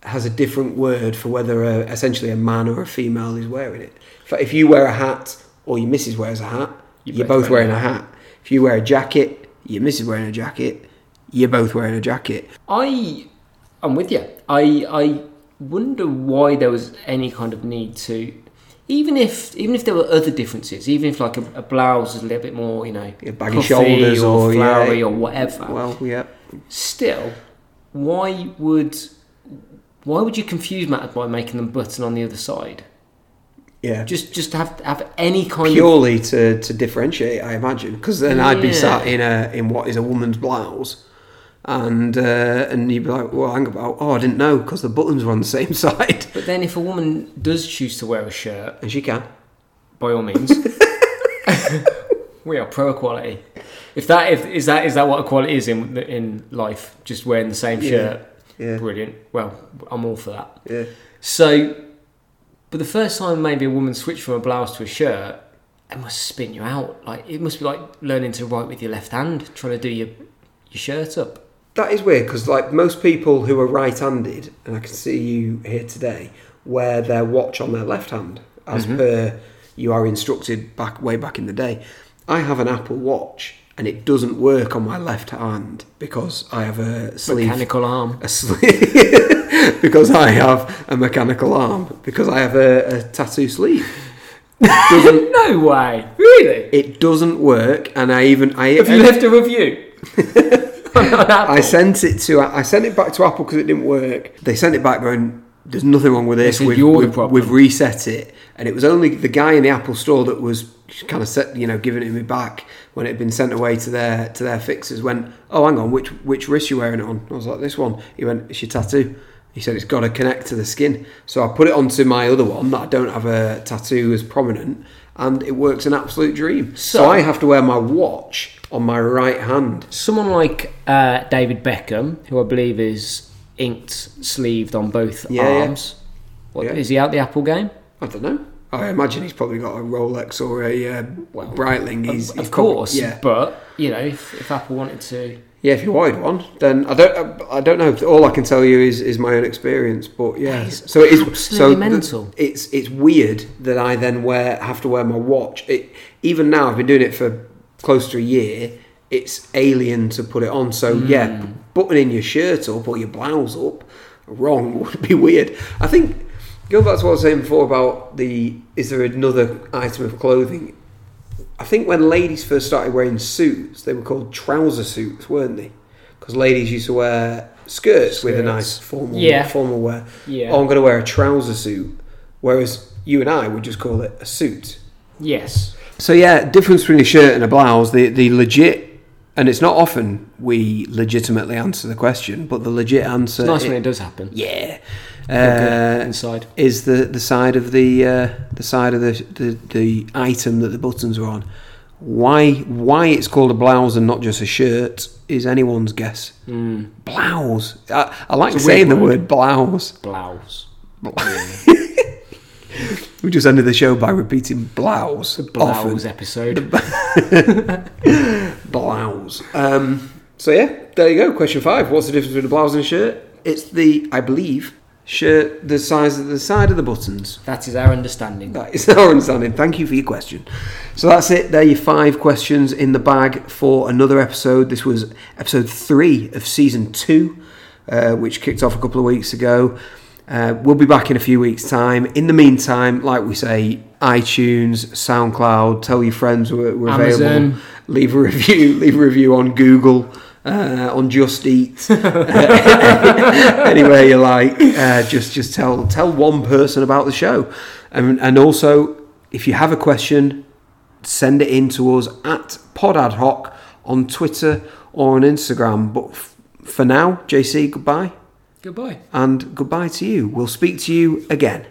[SPEAKER 2] has a different word for whether a, essentially a man or a female is wearing it. In fact, if you wear a hat or your missus wears a hat,
[SPEAKER 1] You
[SPEAKER 2] you're
[SPEAKER 1] both
[SPEAKER 2] both
[SPEAKER 1] wear
[SPEAKER 2] wearing a hat. If you wear a jacket, your missus wearing a jacket. you're both wearing a jacket.
[SPEAKER 1] I I'm with you. I I wonder why there was any kind of need to even if even if there were other differences, even if like a, a blouse is a little bit more, you know,
[SPEAKER 2] Yeah, baggy shoulders
[SPEAKER 1] or,
[SPEAKER 2] or, yeah.
[SPEAKER 1] flowery or whatever.
[SPEAKER 2] Well, yeah.
[SPEAKER 1] Still, why would why would you confuse matters by making them button on the other side?
[SPEAKER 2] Yeah.
[SPEAKER 1] Just just have have any kind of
[SPEAKER 2] Purely to, to differentiate, I imagine, because then I'd be
[SPEAKER 1] Yeah.
[SPEAKER 2] sat in a in what is a woman's blouse, and uh, and you'd be like, "Well, hang about. Oh, I didn't know because the buttons were on the same *laughs* side."
[SPEAKER 1] But then if a woman does choose to wear a shirt,
[SPEAKER 2] And she can.
[SPEAKER 1] by all
[SPEAKER 2] *laughs*
[SPEAKER 1] means. we are pro equality. If that if is that is that what equality is in in life? Just wearing the same
[SPEAKER 2] Yeah.
[SPEAKER 1] shirt.
[SPEAKER 2] Yeah.
[SPEAKER 1] Brilliant. Well, I'm all for that.
[SPEAKER 2] Yeah.
[SPEAKER 1] So, but the first time maybe a woman switched from a blouse to a shirt, it must spin you out. Like it must be like learning to write with your left hand, trying to do your your shirt up.
[SPEAKER 2] That is weird because, like, most people who are right-handed, and I can see you here today, wear their watch on their left hand, as per you are instructed back way back in the day. I have an Apple Watch, and it doesn't work on my left hand because I have a sleeve.
[SPEAKER 1] Mechanical arm.
[SPEAKER 2] A sleeve *laughs* because I have a mechanical arm because I have a, a tattoo sleeve.
[SPEAKER 1] *laughs*
[SPEAKER 2] Doesn't
[SPEAKER 1] No way. Really?
[SPEAKER 2] it doesn't work? And I even I
[SPEAKER 1] Have you left a
[SPEAKER 2] *laughs*
[SPEAKER 1] review? *laughs*
[SPEAKER 2] I sent it to I sent it back to Apple because it didn't work. They sent it back going, "There's nothing wrong with this.
[SPEAKER 1] said,
[SPEAKER 2] We've,
[SPEAKER 1] "You're the
[SPEAKER 2] we've,
[SPEAKER 1] problem."
[SPEAKER 2] we've reset it." And it was only the guy in the Apple store that was kind of set, you know, giving it me back when it had been sent away to their to their fixers. Went, "Oh, hang on, which which wrist you wearing it on?" I was like, "This one." He went, "It's your tattoo." He said, "It's got to connect to the skin." So I put it onto my other one that I don't have a tattoo as prominent. And it works an absolute dream. So,
[SPEAKER 1] So-
[SPEAKER 2] I have to wear my watch on my right hand.
[SPEAKER 1] Someone like uh, David Beckham, who I believe is inked sleeved on both
[SPEAKER 2] Yeah, yeah.
[SPEAKER 1] arms. What,
[SPEAKER 2] Yeah.
[SPEAKER 1] Is he out the Apple game?
[SPEAKER 2] I don't know. I imagine he's probably got a Rolex or a uh, Breitling. He's
[SPEAKER 1] of
[SPEAKER 2] he's probably-
[SPEAKER 1] course,
[SPEAKER 2] yeah,
[SPEAKER 1] but you know, if, if Apple wanted to,
[SPEAKER 2] yeah. If you wanted one, then I don't. I don't know. All I can tell you is is my own experience. But yeah,
[SPEAKER 1] is
[SPEAKER 2] so it is so
[SPEAKER 1] absolutely
[SPEAKER 2] th-
[SPEAKER 1] mental.
[SPEAKER 2] it's it's weird that I then wear have to wear my watch. It even now I've been doing it for close to a year. It's alien to put it on. So yeah,
[SPEAKER 1] Hmm.
[SPEAKER 2] b- buttoning your shirt up or your blouse up wrong *laughs* would be weird. I think going back to what I was saying before about the is there another item of clothing? I think when ladies first started wearing suits, they were called trouser suits, weren't they? Because ladies used to wear skirts, with a
[SPEAKER 1] Skirts.
[SPEAKER 2] nice formal
[SPEAKER 1] Yeah.
[SPEAKER 2] formal wear
[SPEAKER 1] yeah,
[SPEAKER 2] oh, I'm going to wear a trouser suit, whereas you and I would just call it a suit.
[SPEAKER 1] yes,
[SPEAKER 2] So yeah, difference between a shirt and a blouse, the the legit, and it's not often we legitimately answer the question, but the legit answer,
[SPEAKER 1] it's nice
[SPEAKER 2] i-
[SPEAKER 1] when it does happen.
[SPEAKER 2] yeah,
[SPEAKER 1] Feel good
[SPEAKER 2] uh,
[SPEAKER 1] inside.
[SPEAKER 2] is the the side of the uh, the side of the, the the item that the buttons are on. Why why it's called a blouse and not just a shirt is anyone's guess.
[SPEAKER 1] Mm,
[SPEAKER 2] Blouse. I, I like
[SPEAKER 1] It's a weird
[SPEAKER 2] saying the
[SPEAKER 1] word.
[SPEAKER 2] word blouse.
[SPEAKER 1] blouse.
[SPEAKER 2] *laughs* We just ended the show by repeating blouse.
[SPEAKER 1] Blouse
[SPEAKER 2] Often.
[SPEAKER 1] episode.
[SPEAKER 2] Blouse. Um, so, yeah, there you go. Question five. What's the difference between a blouse and a shirt? It's the, I believe, shirt, the size of the side of the buttons.
[SPEAKER 1] That is our understanding.
[SPEAKER 2] That is *laughs* our understanding. Thank you for your question. So that's it. There are your five questions in the bag for another episode. This was episode three of season two, uh, which kicked off a couple of weeks ago. Uh, we'll be back in a few weeks' time. In the meantime, like we say, iTunes, SoundCloud, tell your friends we're, we're available.
[SPEAKER 1] Amazon.
[SPEAKER 2] Leave a review. *laughs* Leave a review on Google, uh, on Just Eat, *laughs* anywhere you like. Uh, just just tell tell one person about the show, and and also if you have a question, send it in to us at Pod Ad Hoc on Twitter or on Instagram. But f- for now, JC, goodbye
[SPEAKER 1] Goodbye.
[SPEAKER 2] and goodbye to you. We'll speak to you again.